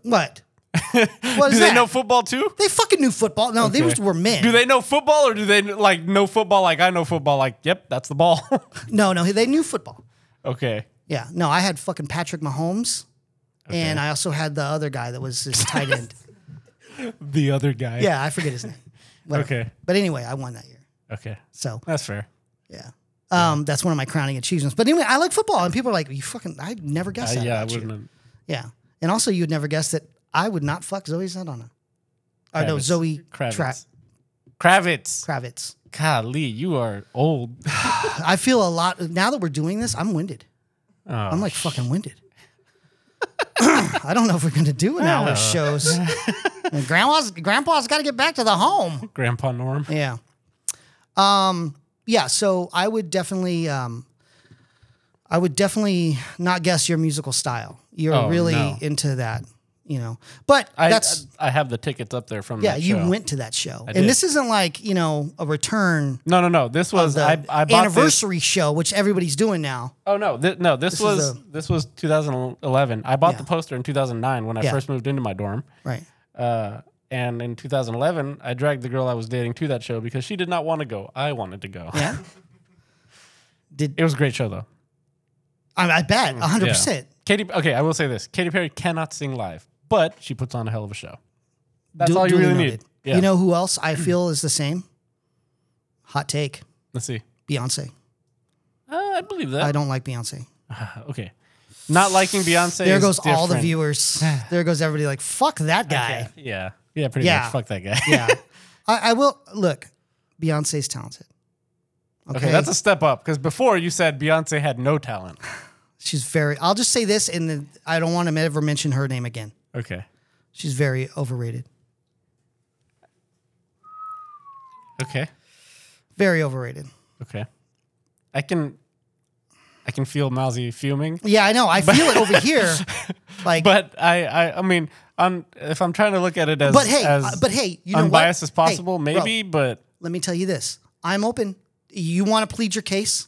A: What? What, what is
C: do they
A: that?
C: know football too?
A: they fucking knew football. No,
C: Okay.
A: these were men.
C: Do they know football or do they like know football like I know football? Like, yep, that's the ball.
A: no, no, they knew football.
C: okay.
A: Yeah, no, I had fucking Patrick Mahomes, and I also had the other guy that was his tight end.
C: The other guy.
A: yeah, I forget his name. Whatever.
C: Okay.
A: But anyway, I won that year.
C: Okay.
A: So
C: That's fair.
A: yeah. Um, that's one of my crowning achievements. But anyway, I like football, and people are like, "You fucking!" I never
C: Uh,
A: guessed that.
C: yeah, I
A: about you."
C: wouldn't. Have,
A: Yeah, and also you'd never guess that I would not fuck Zoe Saldana. Or no,
C: Kravitz.
A: Zoe
C: Kravitz.
A: Tra-
C: Kravitz.
A: Kravitz.
C: Golly, you are old.
A: I feel a lot now that we're doing this. I'm winded.
C: Oh.
A: I'm like fucking winded. I don't know if we're gonna do an hour of
C: Oh.
A: shows. And Grandma's Grandpa's got to get back to the home.
C: Grandpa Norm.
A: Yeah. Um, yeah, so I would definitely um I would definitely not guess your musical style. You're
C: Oh,
A: really
C: no.
A: into that, you know. But
C: I,
A: that's
C: I, I have the tickets up there from.
A: yeah,
C: that
A: you
C: show.
A: went to that show.
C: I
A: and
C: did.
A: this isn't like, you know, a return
C: No, no, no. This was
A: the
C: I. I bought this.
A: anniversary show, which everybody's doing now.
C: Oh no, th- no. This,
A: This is
C: was
A: a-
C: this was 2011. I bought the poster in 2009 when I
A: Yeah.
C: first moved into my dorm.
A: Right.
C: Uh, and in 2011, I dragged the girl I was dating to that show because she did not want to go. I wanted to go.
A: Yeah. Did
C: It was a great show though.
A: I, I bet hundred percent.
C: Katy. Okay, I will say this: Katy Perry cannot sing live, but she puts on a hell of a show. That's
A: Du-
C: all you
A: duly
C: really
A: noted.
C: need. Yeah.
A: You know who else I feel is the same? Hot take.
C: Let's see.
A: Beyonce.
C: Uh, I believe that.
A: I don't like Beyonce.
C: Okay. Not liking Beyonce.
A: there
C: is
A: goes all the
C: different.
A: viewers. there goes everybody like, fuck that guy.
C: Yeah. Yeah. Pretty
A: Yeah.
C: much. Fuck that guy.
A: Yeah. I, I will look, Beyonce's talented. Okay.
C: Okay, that's a step up because before you said Beyonce had no talent.
A: She's very I'll just say this and then I don't want to ever mention her name again.
C: Okay.
A: She's very overrated.
C: Okay.
A: Very overrated.
C: Okay. I can I can feel Mousy fuming.
A: Yeah, I know. I feel it over here. Like
C: But I I, I mean, I'm if I'm trying to look at it as
A: But hey,
C: as
A: uh, but hey, you know what?
C: unbiased as
A: Hey,
C: possible,
A: bro.
C: maybe, but
A: let me tell you this. I'm open. You want to plead your case?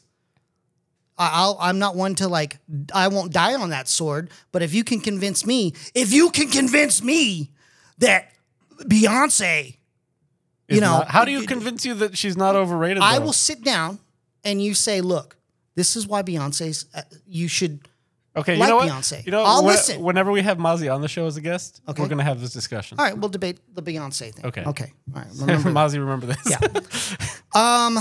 A: I- I'll, I'm not one to like, I won't die on that sword. But if you can convince me, if you can convince me that Beyonce,
C: it's
A: you know,
C: not- how do you convince you that she's not overrated?
A: I
C: though?
A: will sit down and you say, look, this is why Beyonce's, uh, you should
C: Okay,
A: like
C: you know what?
A: Beyonce.
C: You know,
A: I'll
C: when-
A: listen.
C: Whenever we have Mousy on the show as a guest,
A: Okay.
C: we're gonna have this discussion.
A: All right, we'll debate the Beyonce thing.
C: Okay.
A: Okay. All right. Remember that.
C: Mousy, remember this.
A: Yeah. um,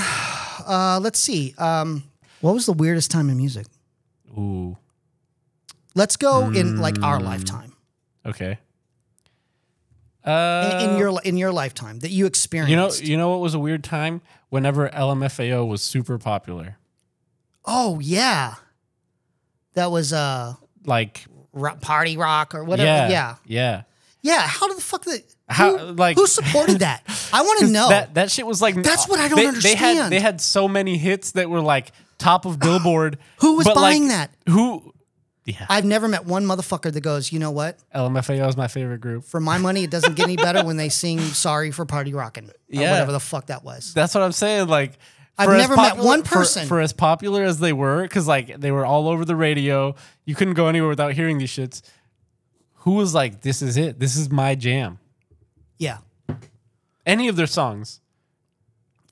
A: uh, let's see. Um, what was the weirdest time in music?
C: Ooh.
A: Let's go in like our lifetime,
C: Okay. Uh,
A: in, in your in your lifetime that you experienced.
C: You know, you know what was a weird time? Whenever LMFAO was super popular,
A: oh yeah, that was uh
C: like
A: ro- party rock or whatever. Yeah. yeah.
C: Yeah.
A: how the fuck that?
C: How like
A: who supported that? I want to
C: 'Cause
A: know.
C: That that shit was like
A: That's what I don't
C: they, They had
A: understand.
C: they had so many hits that were like top of Billboard.
A: Who was
C: but, like,
A: buying that?
C: Who?
A: I've never met one motherfucker that goes, you know what?
C: LMFAO is my favorite group.
A: For my money, it doesn't get any better when they sing "Sorry for Party Rockin'" or
C: Yeah.
A: whatever the fuck that was.
C: That's what I'm saying. Like,
A: I've
C: for as
A: never met one
C: for-
A: person.
C: for, as popular as they were, because like they were all over the radio. You couldn't go anywhere without hearing these shits. Who was like, "This is it. This is my jam."
A: Yeah.
C: Any of their songs.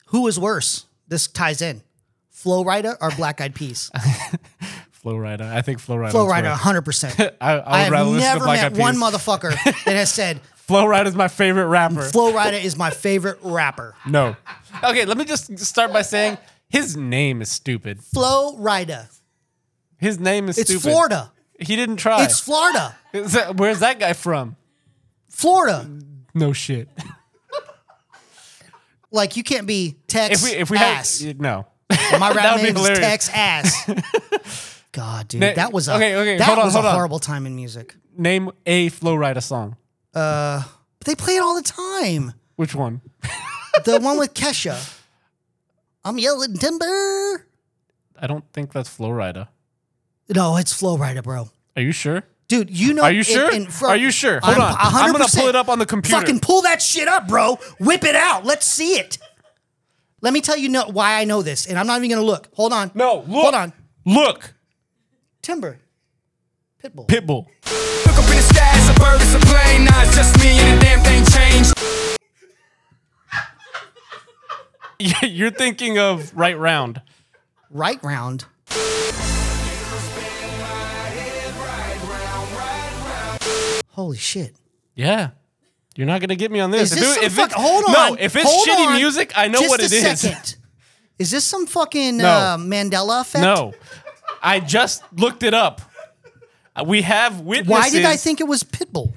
A: Who is worse? This ties in. Flow Rider or Black Eyed Peas?
C: Flow Rider. I think Flow Rider.
A: Flow Rider, 100%.
C: I, I would
A: I
C: rather
A: have
C: listen to
A: never
C: Black
A: met
C: Eyed
A: one
C: Peas.
A: motherfucker that has said
C: Flow Rider is my favorite rapper.
A: Flow Rider is my favorite rapper.
C: No. Okay, let me just start by saying his name is stupid.
A: Flow Rider.
C: His name is
A: It's
C: stupid.
A: Florida.
C: He didn't try.
A: It's Florida.
C: Is that- where's that guy from?
A: Florida.
C: No shit.
A: Like you can't be Tex
C: If we if we
A: ass.
C: had no.
A: My
C: That
A: rap
C: would be
A: name is
C: hilarious.
A: Tex ass. God, dude,
C: Na-
A: that was a
C: okay, okay,
A: that
C: hold on,
A: was
C: hold
A: a
C: on.
A: horrible time in music.
C: Name a Flow Rider song.
A: Uh, but they play it all the time.
C: Which one?
A: The one with Kesha. I'm yelling timber.
C: I don't think that's Flow Rider.
A: No, it's Flow Rider, bro.
C: Are you sure?
A: Dude, you know.
C: Are you
A: in-
C: sure?
A: in fro-
C: Are you sure? Hold
A: I'm
C: on. I'm gonna
A: 100%
C: pull it up on the computer.
A: Fucking pull that shit up, bro. Whip it out. Let's see it. Let me tell you no, why I know this, and I'm not even gonna look. Hold on.
C: No, look.
A: Hold on.
C: Look.
A: Timber. Pitbull.
C: Pitbull.
F: Look up in the sky, it's a bird, it's a plane. Nah, it's just me and the damn thing changed.
C: Yeah, You're thinking of Right Round.
A: Right round. Holy shit.
C: Yeah. You're not gonna get me on
A: Is
C: this.
A: this
C: it-
A: some
C: it-
A: fuck- hold on.
C: No, if it's
A: hold
C: shitty
A: on.
C: music, I know
A: Just
C: what
A: a
C: it is.
A: second. Is this some fucking
C: No.
A: uh, Mandela effect?
C: No, I just looked it up. We have witnesses.
A: Why did I think it was Pitbull?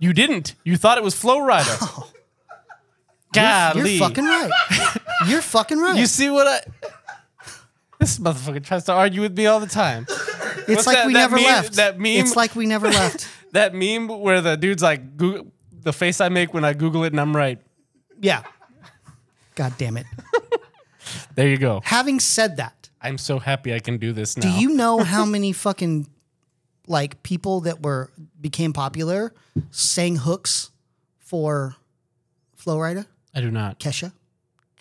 C: you didn't? You thought it was Flow Rider.
A: You're
C: Golly,
A: Oh. fucking right. You're fucking right.
C: you see what I? This motherfucker tries to argue with me all the time.
A: it's
C: what's
A: like
C: that-
A: we
C: that
A: never
C: meme-
A: left.
C: that meme?
A: It's like we never left.
C: That meme where the dude's like, Google, "The face I make when I Google it and I'm right."
A: Yeah. God damn it.
C: There you go.
A: Having said that,
C: I'm so happy I can do this now.
A: do you know how many fucking like people that were became popular sang hooks for Flow Rider?
C: I do not.
A: Kesha.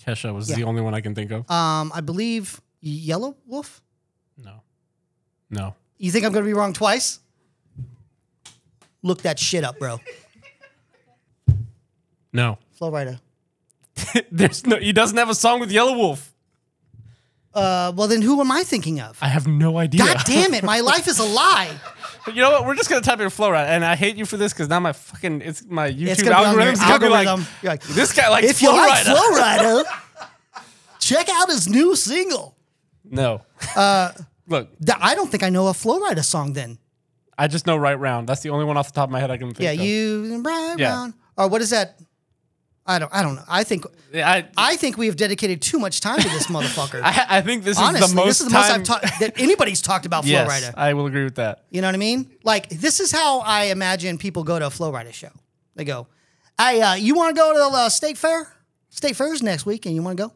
C: Kesha was
A: Yeah.
C: the only one I can think of.
A: Um, I believe Yellow Wolf.
C: No, no.
A: You think I'm gonna be wrong twice? Look that shit up, bro.
C: No.
A: Flow Rider.
C: There's no he doesn't have a song with Yellow Wolf.
A: Uh, well then who am I thinking of?
C: I have no idea.
A: God damn it, my life is a lie.
C: You know what? We're just gonna type in flow ride, and I hate you for this because now my fucking it's my YouTube
A: It's gonna be on your
C: algorithm's gonna be like,
A: algorithm. You're like,
C: this guy likes
A: if you
C: flow
A: like
C: rider.
A: Flow Rider, check out his new single.
C: no.
A: uh,
C: Look,
A: Th- I don't think I know a Flow Rider song then.
C: I just know right round. That's the only one off the top of my head I can think
A: Yeah,
C: of.
A: you right
C: Yeah.
A: round. Or what is that? I don't I don't know. I think
C: Yeah, I, I,
A: I think we have dedicated too much time to this motherfucker.
C: I think this
A: Honestly,
C: is the most
A: this is the most
C: time.
A: I've talked that anybody's talked about
C: yes,
A: Flow Rider.
C: I will agree with that.
A: You know what I mean? Like this is how I imagine people go to a Flow Rider show. They go, "Hey, uh, you want to go to the uh, state fair? State fair's next week, and you want to go?"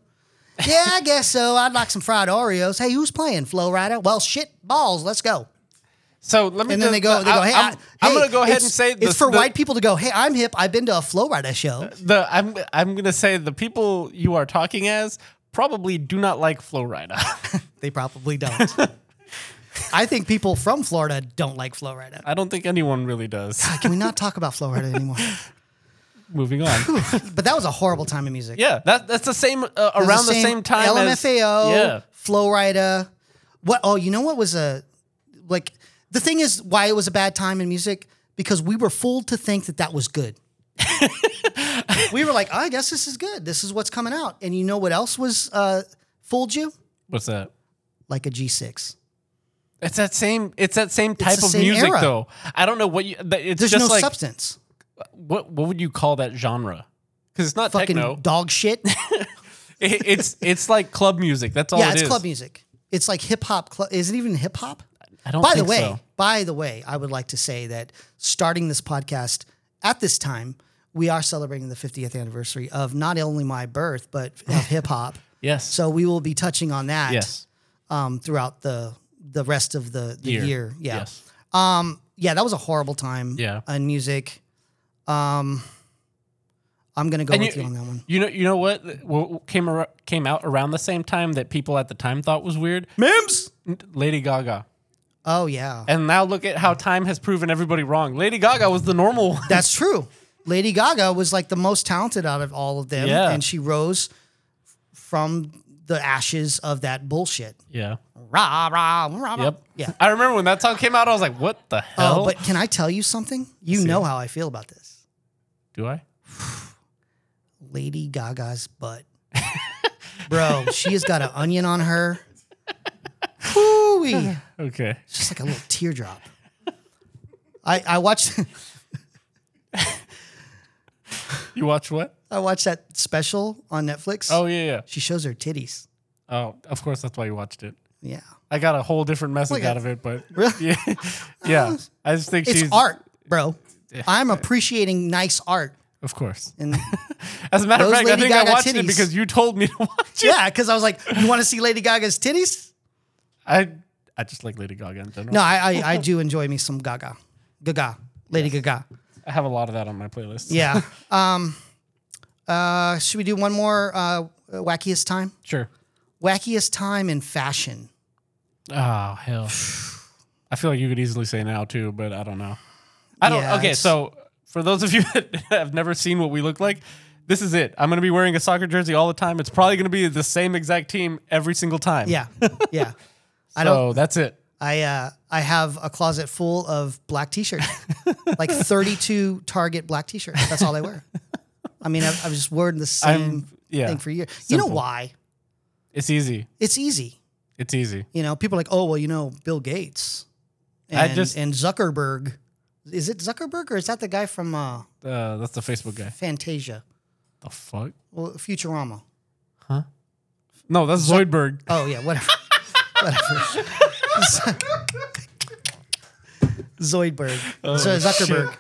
A: yeah, I guess so. I'd like some fried Oreos. Hey, who's playing Flow Rider? Well, shit balls. Let's go.
C: So let me.
A: And then
C: just-
A: they go. They go.
C: I-
A: Hey,
C: I'm,
A: I,
C: I'm
A: hey,
C: gonna go ahead and
A: it's-
C: say
A: it's
C: the-
A: for
C: the-
A: white people to go. Hey, I'm hip. I've been to a Flow Rider show.
C: The I'm I'm gonna say the people you are talking as probably do not like flow rider.
A: They probably don't. I think people from Florida don't like Flow Rider.
C: I don't think anyone really does.
A: Can we not talk about Flow Rider anymore?
C: Moving on.
A: But that was a horrible time in music.
C: Yeah, that that's the same uh,
A: It was
C: around the same, time. as-
A: LMFAO,
C: yeah,
A: Flow Rida. What? Oh, you know what was a like? The thing is, why it was a bad time in music because we were fooled to think that that was good. we were like, "Oh, I guess this is good. This is what's coming out. And you know what else was uh, fooled you?
C: what's that?
A: Like a G6.
C: It's that same. It's that same type
A: the
C: of
A: same
C: music,
A: era.
C: though. I don't know what you. that- It's
A: There's
C: just
A: no
C: like
A: substance.
C: what what would you call that genre? Because it's not
A: Fucking
C: techno.
A: dog shit.
C: It- it's it's like club music. That's all.
A: yeah,
C: Oh, it
A: it's
C: is.
A: club music. It's like hip hop. Cl- is it even hip hop?
C: I don't
A: by the
C: think
A: way,
C: so.
A: by the way, I would like to say that starting this podcast at this time, we are celebrating the 50th anniversary of not only my birth but of hip hop.
C: Yes.
A: So we will be touching on that.
C: Yes.
A: Um, throughout the the rest of the, the
C: Year.
A: year. Yeah.
C: Yes.
A: Um. Yeah, that was a horrible time.
C: Yeah.
A: In music. Um. I'm gonna go
C: And
A: with you, on that one.
C: You know, you know what w- w- came ar- came out around the same time that people at the time thought was weird.
A: Mims,
C: Lady Gaga,
A: Oh yeah.
C: and now look at how time has proven everybody wrong. Lady Gaga was the normal one.
A: That's true. Lady Gaga was like the most talented out of all of them,
C: Yeah.
A: and she rose from the ashes of that bullshit.
C: Yeah.
A: Rah rah rah. rah.
C: Yep.
A: Oh, Yeah.
C: I remember when that song came out. I was like, "What the hell?"
A: Oh, but can I tell you something? You know how I feel about this.
C: Do I?
A: Lady Gaga's butt, bro. She has got an onion on her. Woo-wee.
C: Okay.
A: It's just like a little teardrop. I I watched
C: You watch what?
A: I watched that special on Netflix.
C: Oh yeah, yeah.
A: She shows her titties.
C: Oh, of course. That's why you watched it.
A: Yeah.
C: I got a whole different message
A: Look at-
C: out of it, but
A: Really?
C: yeah, yeah. I just think
A: It's
C: she's
A: art, bro. I'm appreciating nice art.
C: Of course.
A: And
C: As a matter of
A: Those
C: fact, I
A: Lady
C: think I
A: Gaga
C: watched it
A: titties.
C: because you told me to watch it.
A: yeah, because I was like, you want to see Lady Gaga's titties?
C: I I just like Lady Gaga in general.
A: No, I, I, I do enjoy me some Gaga. Gaga. Lady Gaga.
C: I have a lot of that on my playlist.
A: Yeah. um, uh, should we do one more uh, wackiest time?
C: Sure.
A: Wackiest time in fashion.
C: Oh hell. I feel like you could easily say now too, but I don't know. I don't.
A: Yeah,
C: okay,
A: it's-
C: so for those of you that have never seen what we look like, this is it. I'm gonna be wearing a soccer jersey all the time. It's probably gonna be the same exact team every single time.
A: Yeah. Yeah. I
C: So
A: don't.
C: that's it.
A: I uh, I have a closet full of black t-shirts, like 32 Target black t-shirts. That's all I wear. I mean, I've, I've just worn the same
C: I'm- yeah,
A: thing for years. You know
C: simple.
A: why?
C: It's easy.
A: It's easy.
C: It's easy.
A: You know, people are like, oh well, you know, Bill Gates, and,
C: I just-
A: and Zuckerberg. Is it Zuckerberg or is that the guy from uh,
C: Uh, that's the Facebook guy.
A: Fantasia?
C: The fuck?
A: Well, Futurama.
C: No, that's Zoidberg.
A: Oh yeah, whatever. whatever. Zoidberg.
C: Oh,
A: so Zuckerberg,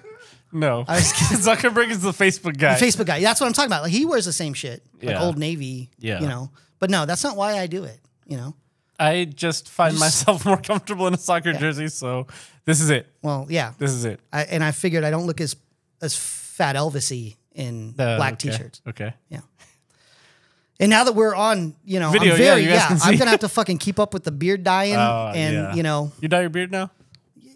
C: No,
A: I was
C: Zuckerberg is the Facebook guy.
A: the Facebook guy. That's what I'm talking about. Like he wears the same shit, like
C: Yeah.
A: Old Navy.
C: Yeah.
A: You know, but no, that's not why I do it. You know.
C: I just find myself more comfortable in a soccer jersey, so this is it.
A: Well, yeah.
C: This is it.
A: I, and I figured I don't look as as fat Elvisy in
C: Uh,
A: black
C: okay.
A: t-shirts.
C: Okay.
A: Yeah. And now that we're on, you know,
C: Video, yeah,
A: I'm very,
C: you
A: yeah,
C: guys can
A: I'm
C: see.
A: gonna have to fucking keep up with the beard dyeing,
C: Oh,
A: and
C: yeah.
A: you know,
C: You dye your beard now?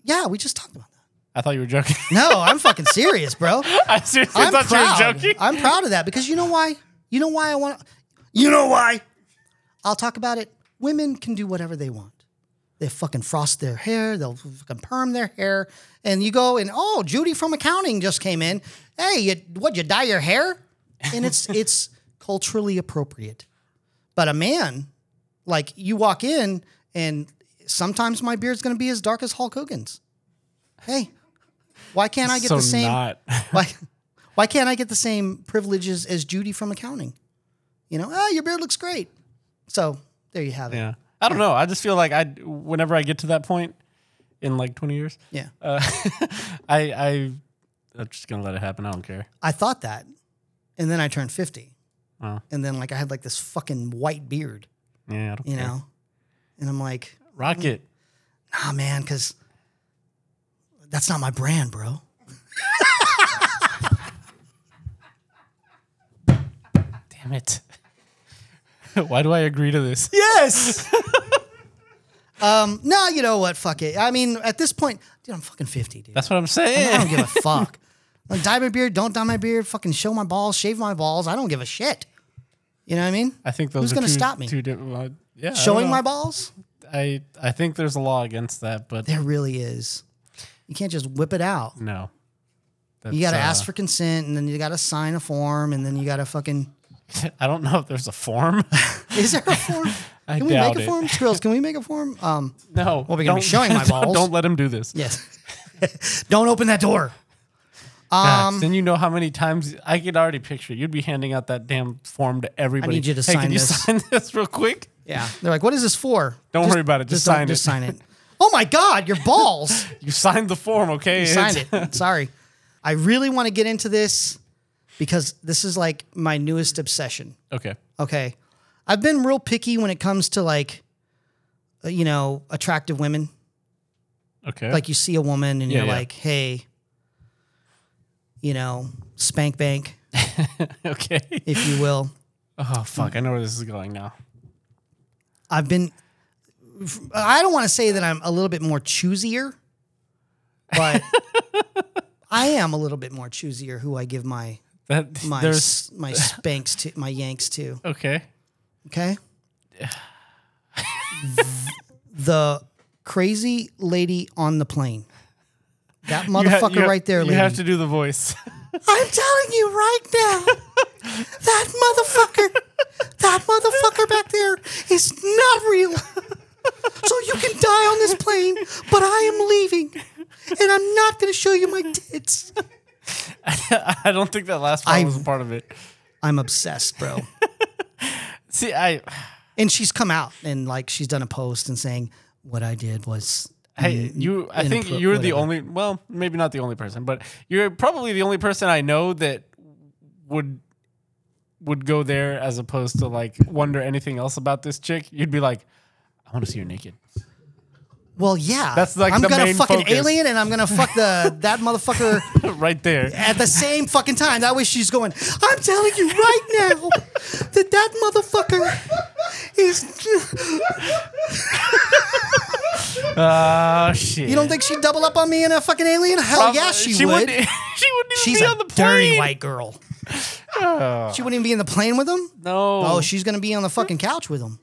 A: yeah, we just talked about that.
C: I thought you were joking.
A: No, I'm fucking serious, bro.
C: I seriously
A: I'm
C: thought you were
A: proud.
C: joking.
A: I'm proud of that because you know why? You know why I want? You know why? I'll talk about it. Women can do whatever they want. They fucking frost their hair. They'll fucking perm their hair. And you go and oh, Judy from accounting just came in. Hey, you, what? You dye your hair? And it's it's culturally appropriate. But a man, like you walk in and sometimes my beard's gonna be as dark as Hulk Hogan's. Hey, why can't I get
C: so
A: the same?
C: not.
A: why why can't I get the same privileges as Judy from accounting? You know, ah, your beard looks great. So there you have it.
C: Yeah. I don't know. I just feel like I, whenever I get to that point in like 20 years,
A: Yeah.
C: uh, I, I, I'm just gonna let it happen. I don't care.
A: I thought that. And then I turned 50.
C: Wow.
A: And then like I had like this fucking white beard,
C: Yeah. I don't
A: you
C: care.
A: know? And I'm like,
C: rock it.
A: nah, man, because that's not my brand, bro.
C: Damn it. Why do I agree to this?
A: Yes. um, no, you know what? Fuck it. I mean, at this point, dude, I'm fucking 50, dude.
C: That's what I'm
A: I don't
C: saying.
A: give a fuck. Like, dye my beard, don't dye my beard, fucking show my balls, shave my balls. I don't give a shit. You know what I mean?
C: I think those
A: Who's
C: are
A: gonna
C: two-
A: stop me?
C: two different- well, yeah, I don't
A: Showing
C: know.
A: my balls?
C: I I think there's a law against that, but
A: There really is. You can't just whip it out.
C: no.
A: You got to
C: That's,
A: ask for consent and then you got to sign a form and then you got to fucking.
C: uh, I don't know if there's a form.
A: Is there a form?
C: I
A: Can we make
C: doubt
A: a
C: it.
A: form? Skrills, can we make a form? Um,
C: no.
A: Well, we're gonna be
C: don't-
A: showing my
C: don't-
A: balls.
C: Don't let him do this.
A: yes. Don't open that door. Um,
C: God, then you know how many times I could already picture you'd be handing out that damn form to everybody.
A: need you to
C: hey,
A: sign
C: can you
A: this."
C: sign this real quick?
A: Yeah. They're like, what is this for?
C: Don't worry about it. Just
A: don't-
C: sign it.
A: Just sign it. Oh my God, your balls.
C: you signed the form, okay?
A: You signed it. Sorry. I really want to get into this because this is like my newest obsession.
C: Okay.
A: Okay. I've been real picky when it comes to like, uh, you know, attractive women.
C: Okay.
A: Like you see a woman and
C: Yeah,
A: you're
C: yeah.
A: like, hey, you know, spank bank,
C: okay.
A: if you will.
C: Oh fuck! I know where this is going now.
A: I've been, I don't want to say that I'm a little bit more choosier, but I am a little bit more choosier who I give my
C: That
A: my
C: there's
A: s- my spanks to my yanks to.
C: okay.
A: Okay. the crazy lady on the plane. That
C: You ha-
A: motherfucker
C: you ha-
A: right there,
C: You
A: lady.
C: have to do the voice.
A: I'm telling you right now, that motherfucker, that motherfucker back there is not real. So you can die on this plane, but I am leaving, and I'm not going to show you my tits.
C: I don't think that last part
A: I-
C: was a part of it.
A: I'm obsessed, bro.
C: See, I
A: And she's come out and like she's done a post and saying what I did was.
C: Hey, you. I think
A: inappro-
C: you're the
A: whatever.
C: only. Well, maybe not the only person, but you're probably the only person I know that would would go there as opposed to like wonder anything else about this chick. You'd be like, I want to see her naked.
A: Well, yeah.
C: That's, like,
A: I'm
C: the
A: gonna
C: main
A: fuck an
C: focus.
A: alien and I'm gonna fuck the that motherfucker
C: right there.
A: at the same fucking time. That way she's going. I'm telling you right now that that motherfucker is.
C: Oh shit.
A: You don't think she'd double up on me in a fucking alien? Hell
C: Probably-
A: yeah, she, would.
C: Wouldn't, she wouldn't even
A: She's
C: be
A: a
C: on the plane. Oh.
A: dirty white girl. She wouldn't even be in the plane with him.
C: No.
A: Oh, she's gonna be on the fucking couch with him.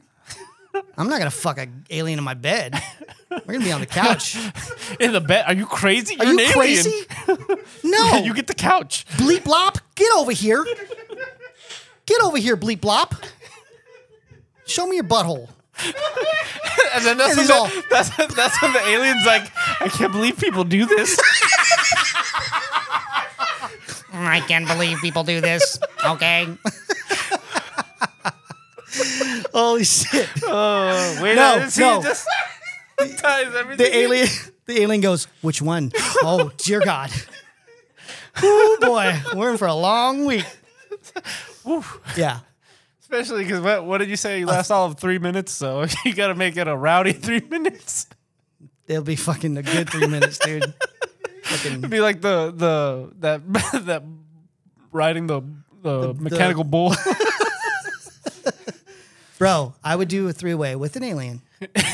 A: I'm not gonna fuck an alien in my bed. We're gonna be on the couch.
C: in the bed. Are you crazy?
A: Are
C: You're
A: you
C: an
A: crazy? Oh. No.
C: Alien. you get the couch.
A: bleep blop, get over here. Get over here, bleep blop. Show me your butthole.
C: And then that's
A: And
C: when
A: he's
C: the,
A: all-
C: that's, that's when the alien's like, I can't believe people do this.
A: I can't believe people do this. Okay. Holy shit.
C: Oh, wait,
A: No,
C: I didn't see it.
A: no.
C: Just ties everything.
A: The alien the alien goes, which one? Oh dear God. Oh boy. We're in for a long week. Yeah.
C: Especially because what, what did you say? You last all of three minutes, so you got to make it a rowdy three minutes.
A: It'll be fucking a good three minutes, dude. Fucking
C: It'd be like the the that that riding the the, mechanical bull.
A: Bro, I would do a three way with an alien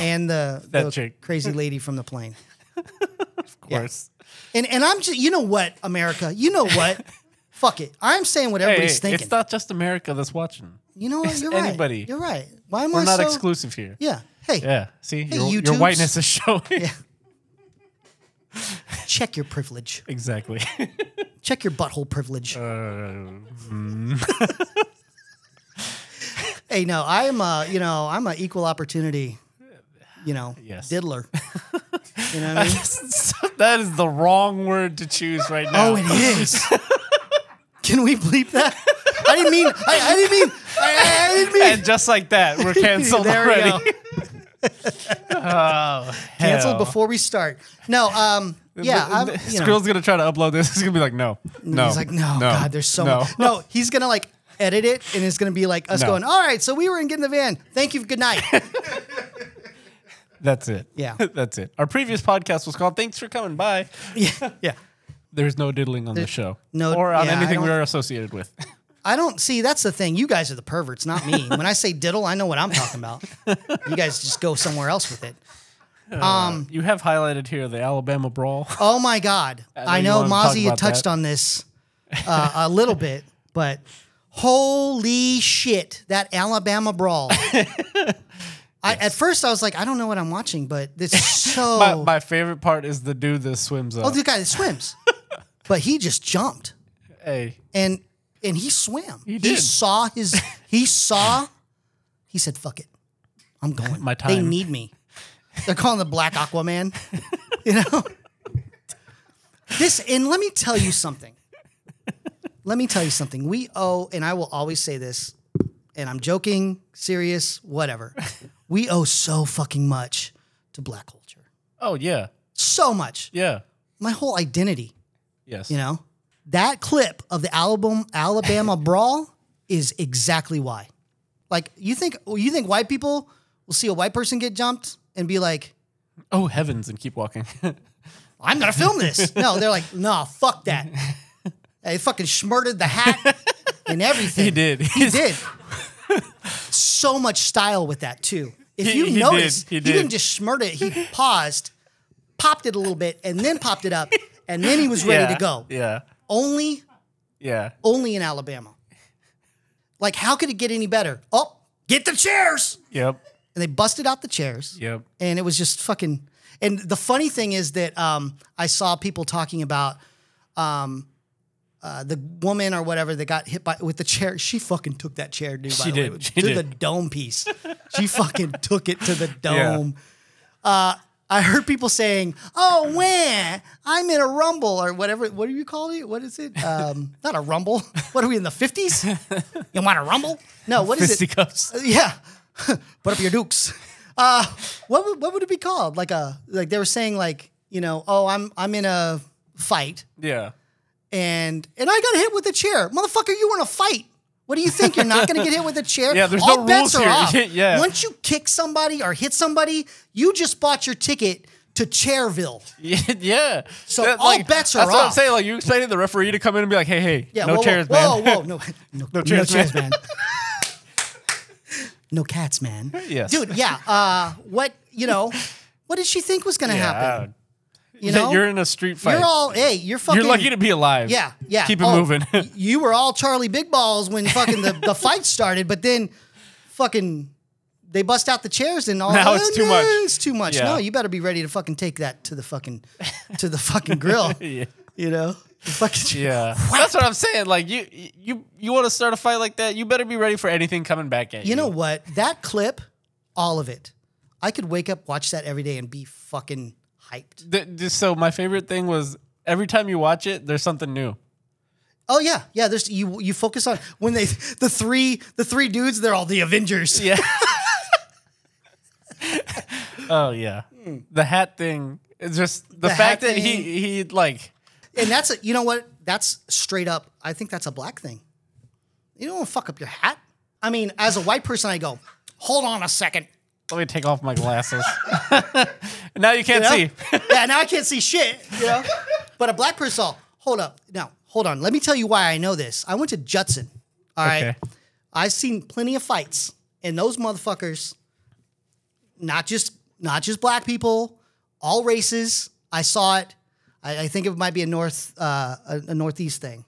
A: and the,
C: That
A: the
C: chick.
A: crazy lady from the plane.
C: of course.
A: And and I'm just you know what, America, you know what? Fuck it. I'm saying what
C: Hey,
A: everybody's
C: hey,
A: thinking.
C: it's not just America that's watching.
A: you know what?
C: it's
A: You're
C: anybody.
A: right. You're right. Why am
C: We're
A: I
C: not
A: so?
C: exclusive here.
A: Yeah. Hey,
C: Yeah. See, your, your
A: YouTubes.
C: whiteness is showing.
A: check your privilege.
C: exactly.
A: Check your butthole privilege.
C: Uh,
A: hey, no, I'm a you know I'm an equal opportunity, you know,
C: Yes.
A: diddler. You know what I mean?
C: that is the wrong word to choose right now.
A: Oh, it is. Can we bleep that? I didn't mean. I, I didn't mean. I, I didn't mean.
C: and just like that, we're canceled
A: There we
C: already.
A: go.
C: oh,
A: Canceled
C: hell.
A: before we start. No. Um. Yeah. I'm, you know,
C: Skrill's gonna try to upload this. He's gonna be like, no, no.
A: He's like, no, God, there's so
C: no.
A: much. No, he's gonna like edit it, and it's gonna be like us
C: No.
A: going, all right, so we were in getting the van. Thank you. Good night.
C: That's it.
A: Yeah.
C: that's it. Our previous podcast was called "Thanks for Coming By."
A: yeah. Yeah.
C: There's no diddling on the show,
A: no-
C: or on
A: yeah, I
C: anything
A: don't-
C: we're associated with.
A: I don't see. That's the thing. You guys are the perverts, not me. when I say diddle, I know what I'm talking about. You guys just go somewhere else with it.
C: Uh,
A: Um.
C: You have highlighted here the Alabama brawl.
A: Oh my God. I
C: you
A: know,
C: wanted to talk
A: Mozzie had
C: about
A: touched
C: that.
A: on this uh, a little bit, but holy shit, that Alabama brawl. I, at first, I was like, I don't know what I'm watching, but it's so.
C: My, my favorite part is the dude that swims up.
A: oh, the guy that swims. but he just jumped
C: hey,
A: and and he swam. He,
C: did.
A: saw his. He saw. He said, "Fuck it, I'm going.
C: My
A: They
C: time."
A: need me. They're calling the Black Aquaman. you know. This and let me tell you something. Let me tell you something. We owe, and I will always say this, and I'm joking, serious, whatever. We owe so fucking much to black culture.
C: Oh yeah,
A: so much.
C: Yeah.
A: My whole identity.
C: Yes.
A: You know, that clip of the Alabama Alabama brawl is exactly why. Like you think you think white people will see a white person get jumped and be like,
C: "Oh heavens," and keep walking.
A: I'm gonna film this. No, they're like, no, fuck that. They fucking smurted the hat and everything.
C: He did.
A: He did. so much style with that too. If
C: He-
A: you
C: he did.
A: notice,
C: He
A: he,
C: did.
A: didn't just smurt it. He paused, popped it a little bit, and then popped it up, and then he was ready
C: Yeah,
A: to go.
C: Yeah.
A: Only,
C: Yeah.
A: only in Alabama. Like, how could it get any better? Oh, get the chairs!
C: Yep.
A: And they busted out the chairs
C: Yep.
A: and it was just fucking. And the funny thing is that um, I saw people talking about um, uh, the woman or whatever that got hit by with the chair. She fucking took that chair, dude. By
C: She
A: the way,
C: did. She
A: to
C: did.
A: the dome piece. she fucking took it to the
C: Yeah.
A: dome. Uh, I heard people saying, "Oh, when I'm in a rumble or whatever. What do you call it? What is it? Um, not a rumble. What are we in the fifties? You want a rumble? No. What is it?
C: Fisticuffs.
A: Uh, yeah. Put up your dukes. Uh, what would, what would it be called? Like a like they were saying like you know oh I'm I'm in a fight
C: Yeah.
A: and and I got hit with a chair, motherfucker. You were in a fight. What do you think? You're not going to get hit with a chair?
C: Yeah, there's
A: All
C: no
A: bets
C: rules
A: are
C: here.
A: off.
C: Yeah.
A: Once you kick somebody or hit somebody, you just bought your ticket to Chairville.
C: yeah.
A: So all bets are
C: That's what I'm
A: off.
C: saying. Like you expected the referee to come in and be like, "Hey, hey,
A: Yeah,
C: no
A: whoa,
C: chairs,
A: whoa,
C: man.
A: Whoa, whoa, no, no, no
C: chairs,
A: chairs, man.
C: man.
A: no cats, man.
C: Yes.
A: dude. Yeah. Uh, what you know? What did she think was going to happen? You know,
C: you're in a street fight.
A: You're all hey, you're fucking.
C: You're lucky to be alive.
A: Yeah, yeah.
C: Keep it
A: Oh,
C: moving.
A: y- you were all Charlie Big Balls when fucking the, the fight started, but then fucking they bust out the chairs and all.
C: Now it's
A: "Oh,
C: too
A: no,
C: much."
A: It's too much.
C: Yeah.
A: No, you better be ready to fucking take that to the fucking to the fucking grill.
C: yeah.
A: You know, The fucking
C: Yeah. That's what I'm saying. Like you, you, you want to start a fight like that? You better be ready for anything coming back at you.
A: You know what? That clip, all of it. I could wake up, watch that every day, and be fucking hyped.
C: Th- just- so my favorite thing was every time you watch it, there's something new.
A: Oh yeah, yeah. There's you. You focus on when they the three the three dudes. They're all the Avengers.
C: Yeah. Oh yeah. The hat thing. It's just the,
A: Hmm. The
C: fact
A: hat
C: that he
A: thing.
C: he like
A: and that's a, you know what? That's straight up. I think that's a black thing. You don't want to fuck up your hat. I mean, as a white person, I go, hold on a second.
C: let me take off my glasses. now you can't
A: You know?
C: see.
A: yeah, now I can't see shit. You know? But a black person, all, hold up. Now, hold on. Let me tell you why I know this. I went to Judson. All right.
C: Okay.
A: I've seen plenty of fights, and those motherfuckers, not just not just black people, all races. I saw it. I, I think it might be a north uh, a, a northeast thing.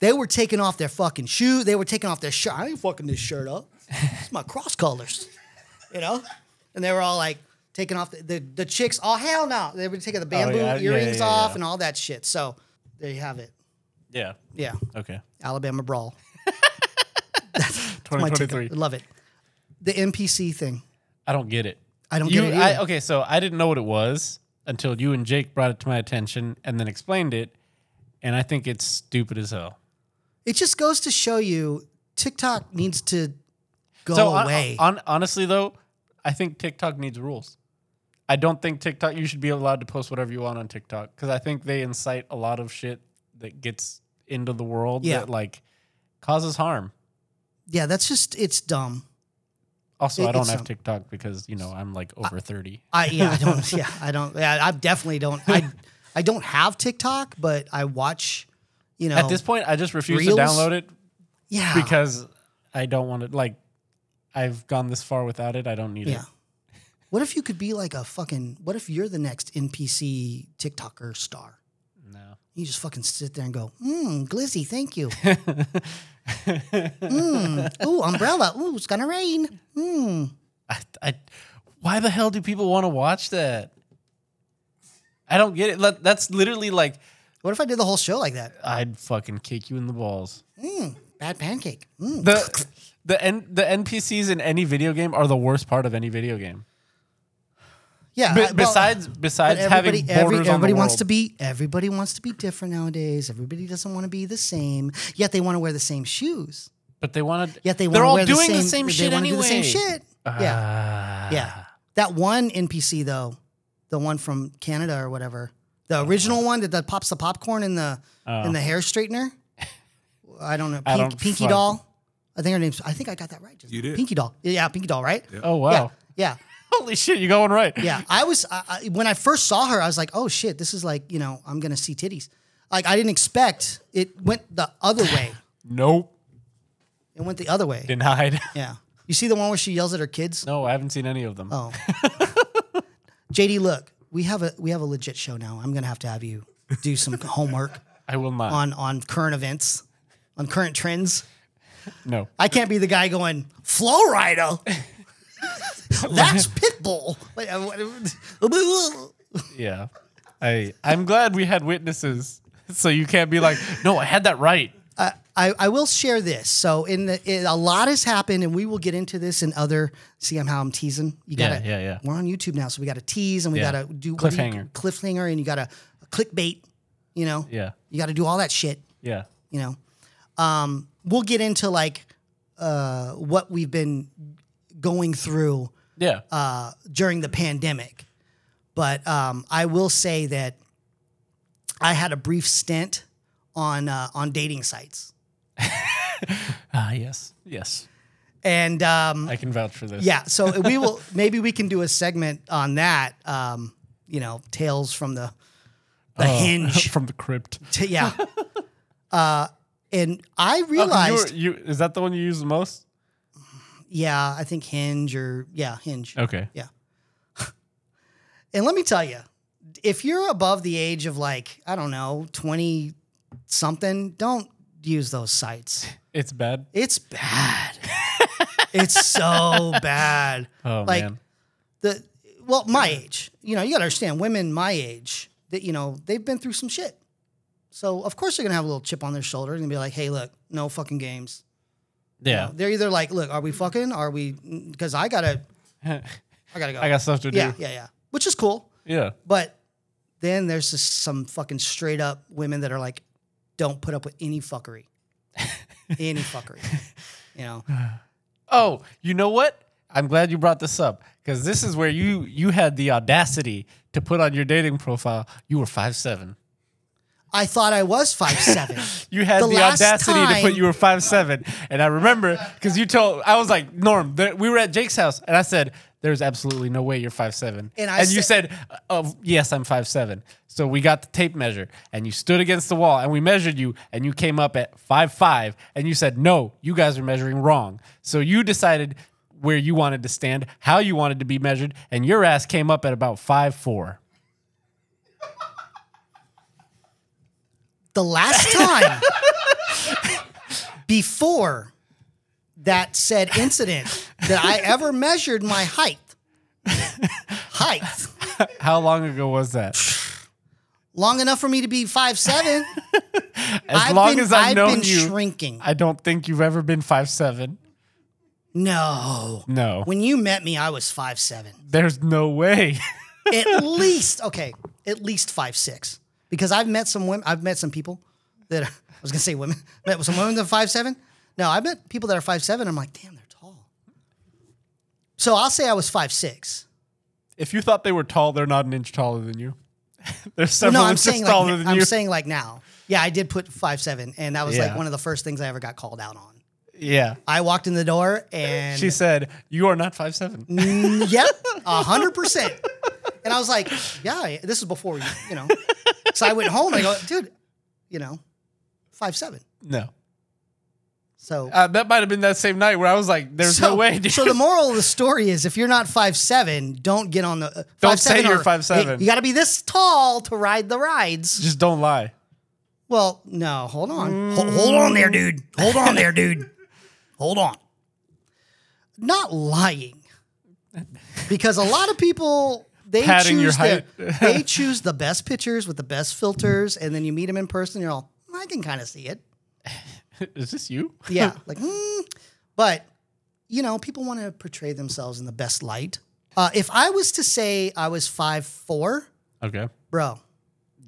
A: they were taking off their fucking shoe. They were taking off their shirt. I ain't fucking this shirt up. It's my cross colors, you know. And they were all like taking off the the, the chicks. Oh hell no! They were taking the bamboo
C: Oh, yeah, yeah,
A: earrings
C: yeah,
A: off
C: yeah.
A: and all that shit. So there you have it.
C: Yeah.
A: Yeah,
C: Okay.
A: Alabama brawl. That's my take.
C: 2023.
A: Love it. The NPC thing.
C: I don't get it.
A: I don't
C: you,
A: get it
C: I,
A: either.
C: okay, so I didn't know what it was until you and Jake brought it to my attention and then explained it, and I think it's stupid as hell.
A: It just goes to show you TikTok needs to go
C: hon-
A: away.
C: hon- uh, honestly, though, I think TikTok needs rules. I don't think TikTok. You should be allowed to post whatever you want on TikTok because I think they incite a lot of shit that gets into the world
A: Yeah.
C: that like causes harm.
A: yeah, that's just it's dumb.
C: Also,
A: It-
C: I don't
A: it's
C: have
A: some-
C: TikTok because you know I'm like over thirty.
A: I yeah, I don't yeah, I don't yeah, I definitely don't I I don't have TikTok, but I watch, you know
C: At this point, I just refuse
A: Oh. Reels?
C: to download it
A: Yeah.
C: because I don't want it. Like, I've gone this far without it. I don't need
A: yeah.
C: it.
A: What if you could be like a fucking what if you're the next NPC TikToker star?
C: No.
A: You just fucking sit there and go, mmm, glizzy, thank you. Mmm, ooh, umbrella, ooh, it's gonna rain. Mmm.
C: I, I, why the hell do people want to watch that? I don't get it. Let- That's literally like
A: What if I did the whole show like that?
C: I'd fucking kick you in the balls.
A: Mmm, bad pancake. Mmm.
C: The the N, the NPCs in any video game are the worst part of any video game.
A: Yeah.
C: Be-
A: I- Uh, well,
C: besides besides
A: but
C: having borders
A: every-
C: on the
A: everybody wants
C: world.
A: to be everybody wants to be different nowadays. Everybody doesn't want to be the same. Yet they want to wear the same shoes.
C: but they want to.
A: Yet they want
C: they're
A: to
C: all
A: wear
C: doing
A: the
C: the
A: same.
C: same Ah.
A: they
C: shit
A: wanna
C: anyway.
A: Do the same shit. yeah. Yeah. That one NPC though the one from Canada or whatever.
C: Uh-huh.
A: The original one that, that pops the popcorn in the in the hair straightener. I don't know.
C: Oh. I
A: Pink,
C: don't
A: Pinky
C: fuck-
A: Doll. I think her name's. I think I got that right.
C: You did.
A: Pinky Doll. Yeah, Pinky Doll. Right.
C: Oh wow.
A: Yeah. yeah.
C: Holy shit, you're going right.
A: Yeah, I was I, I, when I first saw her, I was like, "Oh shit, this is like you know, I'm gonna see titties." Like I didn't expect it went the other way.
C: Nope.
A: It went the other way.
C: Denied.
A: Yeah. You see the one where she yells at her kids?
C: No, I haven't seen any of them.
A: Oh. JD, look, we have a we have a legit show now. I'm gonna have to have you do some homework.
C: I will not.
A: on on current events, on current trends.
C: No.
A: I can't be the guy going flow rider. That's Pitbull. Like, uh, what-
C: Yeah. I I'm glad we had witnesses. So you can't be like, no, I had that right.
A: I, I I will share this. So in the it, a lot has happened, and we will get into this in other. See, I'm how I'm teasing. You
C: Yeah,
A: gotta.
C: yeah, yeah.
A: We're on YouTube now, so we gotta tease and we
C: Yeah.
A: gotta do what do you-
C: Cliffhanger.
A: cliffhanger, and you gotta clickbait. You know.
C: Yeah.
A: You gotta do all that shit.
C: Yeah.
A: You know. Um, we'll get into like uh what we've been going through
C: Yeah.
A: uh, during the pandemic. But um, I will say that I had a brief stint on uh, on dating sites,
C: Ah, yes. Yes.
A: and um,
C: I can vouch for this.
A: yeah, so we will maybe we can do a segment on that. Um, you know, tales from the the
C: Oh,
A: hinge.
C: from the crypt.
A: T- yeah, uh, and I
C: Oh, 'cause you were-
A: realized,
C: you, is that the one you use the most?
A: yeah, I think hinge or yeah, hinge.
C: Okay.
A: Yeah. and let me tell you, if you're above the age of like, I don't know, 20 something, don't use those sites.
C: It's bad.
A: It's bad. it's so bad.
C: Oh
A: like
C: man.
A: the well, my age. You know, you got to understand women my age that you know, they've been through some shit. So, of course they're going to have a little chip on their shoulder and be like, "Hey, look, no fucking games." You
C: Yeah.
A: know, they're either like, "Look, are we fucking? Are we cuz I got to I got to go."
C: I got stuff to do.
A: Yeah, yeah, yeah. Which is cool.
C: Yeah.
A: But then there's just some fucking straight up women that are like, don't put up with any fuckery. any fuckery. You know?
C: Oh, you know what? I'm glad you brought this up because this is where you you had the audacity to put on your dating profile. You were five seven.
A: I thought I was five seven.
C: You had
A: The
C: the,
A: last
C: audacity to
A: time-
C: put you were five seven, and I remember because you told I was like Norm. There, we were at Jake's house, and I said, "There's absolutely no way you're five seven.
A: And I
C: you said, "Oh yes, I'm five seven. So we got the tape measure, and you stood against the wall, and we measured you, and you came up at five five, and you said, "No, you guys are measuring wrong." So you decided where you wanted to stand, how you wanted to be measured, and your ass came up at about five four.
A: The last time before that said incident that I ever measured my height. height.
C: How long ago was that?
A: Long enough for me to be five seven.
C: As long as I've,
A: have
C: known
A: been
C: you,
A: shrinking.
C: I don't think you've ever been five seven.
A: No.
C: No,
A: When you met me, I was five seven.
C: there's no way.
A: at least okay, at least five six. Because I've met some women. I've met some people that are, I was gonna say women. Met some women that are five seven. No, I've met people that are five seven. I'm like, damn, they're tall. So I'll say I was five six.
C: if you thought they were tall, they're not an inch taller than you. they're several
A: no, I'm
C: inches
A: saying
C: taller
A: like
C: than
A: I'm
C: you.
A: saying like now. Yeah, I did put five seven, and that was
C: Yeah.
A: like one of the first things I ever got called out on.
C: yeah,
A: I walked in the door and
C: she said you are not five seven.
A: Mm, yep, a hundred percent. And I was like, yeah, this is before you, you know. So I went home and I go, dude, you know, five seven.
C: No,
A: So
C: uh, that might have been that same night where I was like, "There's
A: so,
C: no way." Dude.
A: So the moral of the story is, if you're not five seven, don't get on the. Uh,
C: Don't
A: five,
C: say
A: seven
C: you're
A: or-
C: 5'7".
A: You got to be this tall to ride the rides.
C: just don't lie.
A: Well, no, hold on, Ho- hold on there, dude. Hold on there, dude. Hold on. Not lying, because a lot of people they
C: Padding your
A: choose the,
C: height.
A: they choose the best pictures with the best filters, and then you meet them in person. You're all, I can kind of see it.
C: Is this you?
A: Yeah, like, mm. but you know, people want to portray themselves in the best light. Uh, if I was to say I was five four,
C: Okay,
A: bro,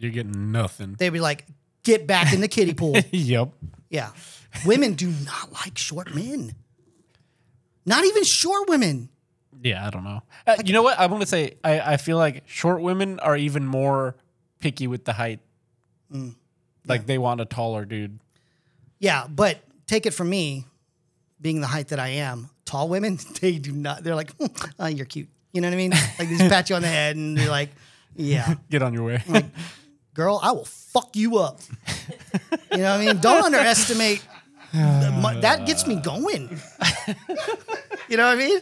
C: you're getting nothing.
A: they'd be like, "Get back in the kiddie pool."
C: yep.
A: Yeah, women do not like short men. Not even short women.
C: Yeah, I don't know. Uh, you know what? I want to say I, I feel like short women are even more picky with the height.
A: Mm.
C: Like they want a taller dude.
A: Yeah, but take it from me, being the height that I am, tall women, they do not, they're like, "Hmm, uh, you're cute. You know what I mean? Like they just pat you on the head and they're like, yeah,
C: Get on your way.
A: Mm. girl, I will fuck you up. You know what I mean? Don't underestimate. the mu- that gets me going. you know what I mean?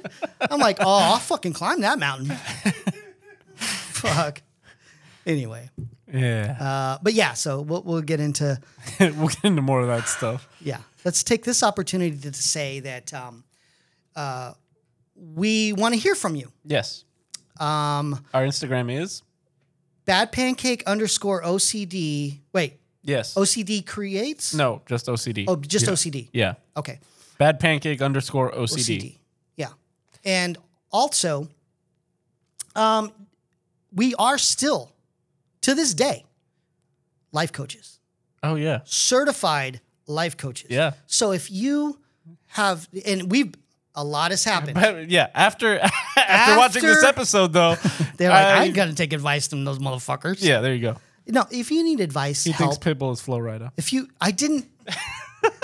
A: I'm like, oh, I'll fucking climb that mountain. Fuck. Anyway,
C: yeah.
A: uh, but yeah, so we'll, we'll get into
C: we'll get into more of that stuff.
A: yeah. Let's take this opportunity to, to say that um, uh, we want to hear from you.
C: Yes.
A: Um,
C: Our Instagram is
A: bad pancake underscore OCD. Wait,
C: yes.
A: OCD creates?
C: no, just OCD.
A: Oh, just
C: yeah.
A: OCD.
C: Yeah.
A: Okay.
C: Bad pancake underscore OCD.
A: OCD. Yeah. And also, um, we are still, to this day, life coaches,
C: Oh yeah.
A: certified life coaches.
C: Yeah.
A: So if you have, and we've, a lot has happened.
C: But yeah. After after, watching this
A: After-
C: episode though,
A: They're like, I
C: I-
A: ain't gonna take advice from those motherfuckers.
C: yeah. There you go.
A: No, if you need advice,
C: He
A: help.
C: thinks Pitbull is Flow Rider.
A: If you, I didn't.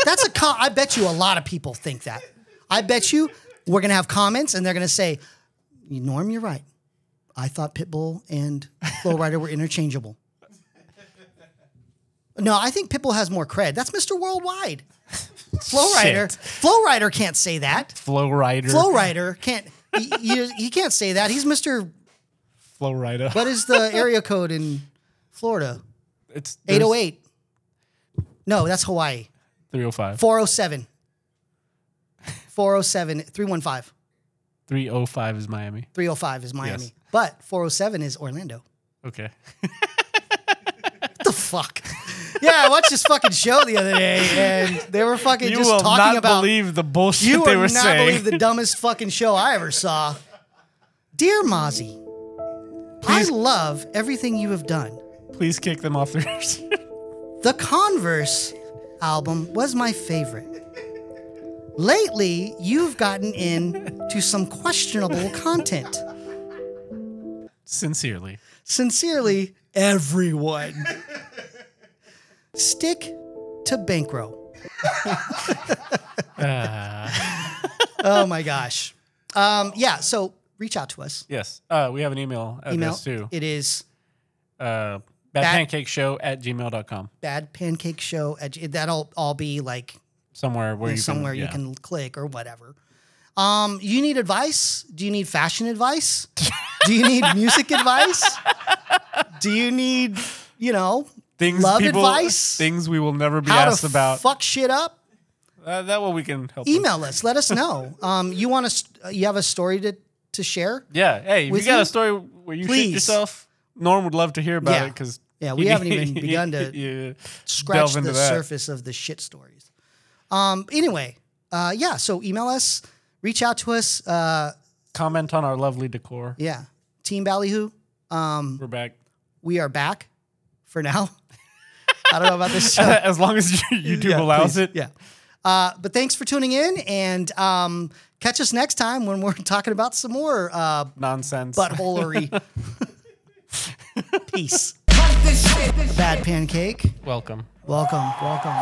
A: That's a com- I bet you a lot of people think that. I bet you we're gonna have comments and they're gonna say, "Norm, you're right. I thought Pitbull and Flowrider were interchangeable." No, I think Pitbull has more cred. That's Mr. Worldwide. Flowrider,
C: Shit.
A: Flowrider can't say that.
C: Flow Rider.
A: Flowrider can't. He, he, he can't say that. He's Mr.
C: Flow Rider.
A: What is the area code in Florida?
C: It's
A: Eight oh eight. No, that's Hawaii.
C: Three oh five.
A: 407. 407, 315.
C: 305 is Miami.
A: 305 is Miami.
C: Yes.
A: But 407 is Orlando.
C: Okay.
A: What the fuck? yeah, I watched this fucking show the other day and they were fucking
C: you
A: just
C: will
A: talking
C: not
A: about
C: believe the bullshit
A: you
C: they
A: will
C: were
A: not
C: saying.
A: believe the dumbest fucking show I ever saw. Dear Mozzie, I love everything you have done.
C: Please kick them off their shit.
A: The Converse album was my favorite. Lately, you've gotten into some questionable content.
C: Sincerely.
A: Sincerely, everyone. Stick to Bankro. oh my gosh. Um, yeah, so reach out to us.
C: Yes. Uh, we have an email
A: Email.
C: address too.
A: It is
C: Uh,
A: Bad-
C: badpancakeshow at gmail.com.
A: badpancakeshow. at- That'll all be like
C: Somewhere where you
A: somewhere
C: can,
A: you
C: yeah.
A: can click or whatever. Um, you need advice? Do you need fashion advice? Do you need music advice? Do you need, you know,
C: Things
A: love
C: people-
A: advice?
C: Things we will never be
A: how
C: asked
A: to
C: about.
A: fuck shit up?
C: Uh, that way we can help. them.
A: Email us. Let us know. Um, you want us? You have a story to to share?
C: Yeah. Hey, if
A: With
C: you got
A: you?
C: a story where you
A: Please.
C: shit yourself, Norm would love to hear about
A: Yeah.
C: it because
A: Yeah, we haven't even begun to Scratch the surface of the shit stories. Um, anyway, uh, yeah. So email us. Reach out to us. Uh,
C: Comment on our lovely decor.
A: yeah, Team Ballyhoo. Um,
C: We're back.
A: we are back for now. I don't know about this show.
C: as long as YouTube
A: Yeah,
C: allows
A: please.
C: it.
A: Yeah. Uh, but thanks for tuning in and um, catch us next time when we're talking about some more uh,
C: Nonsense.
A: buttholery. Peace. Bad pancake.
C: Welcome.
A: Welcome. Welcome.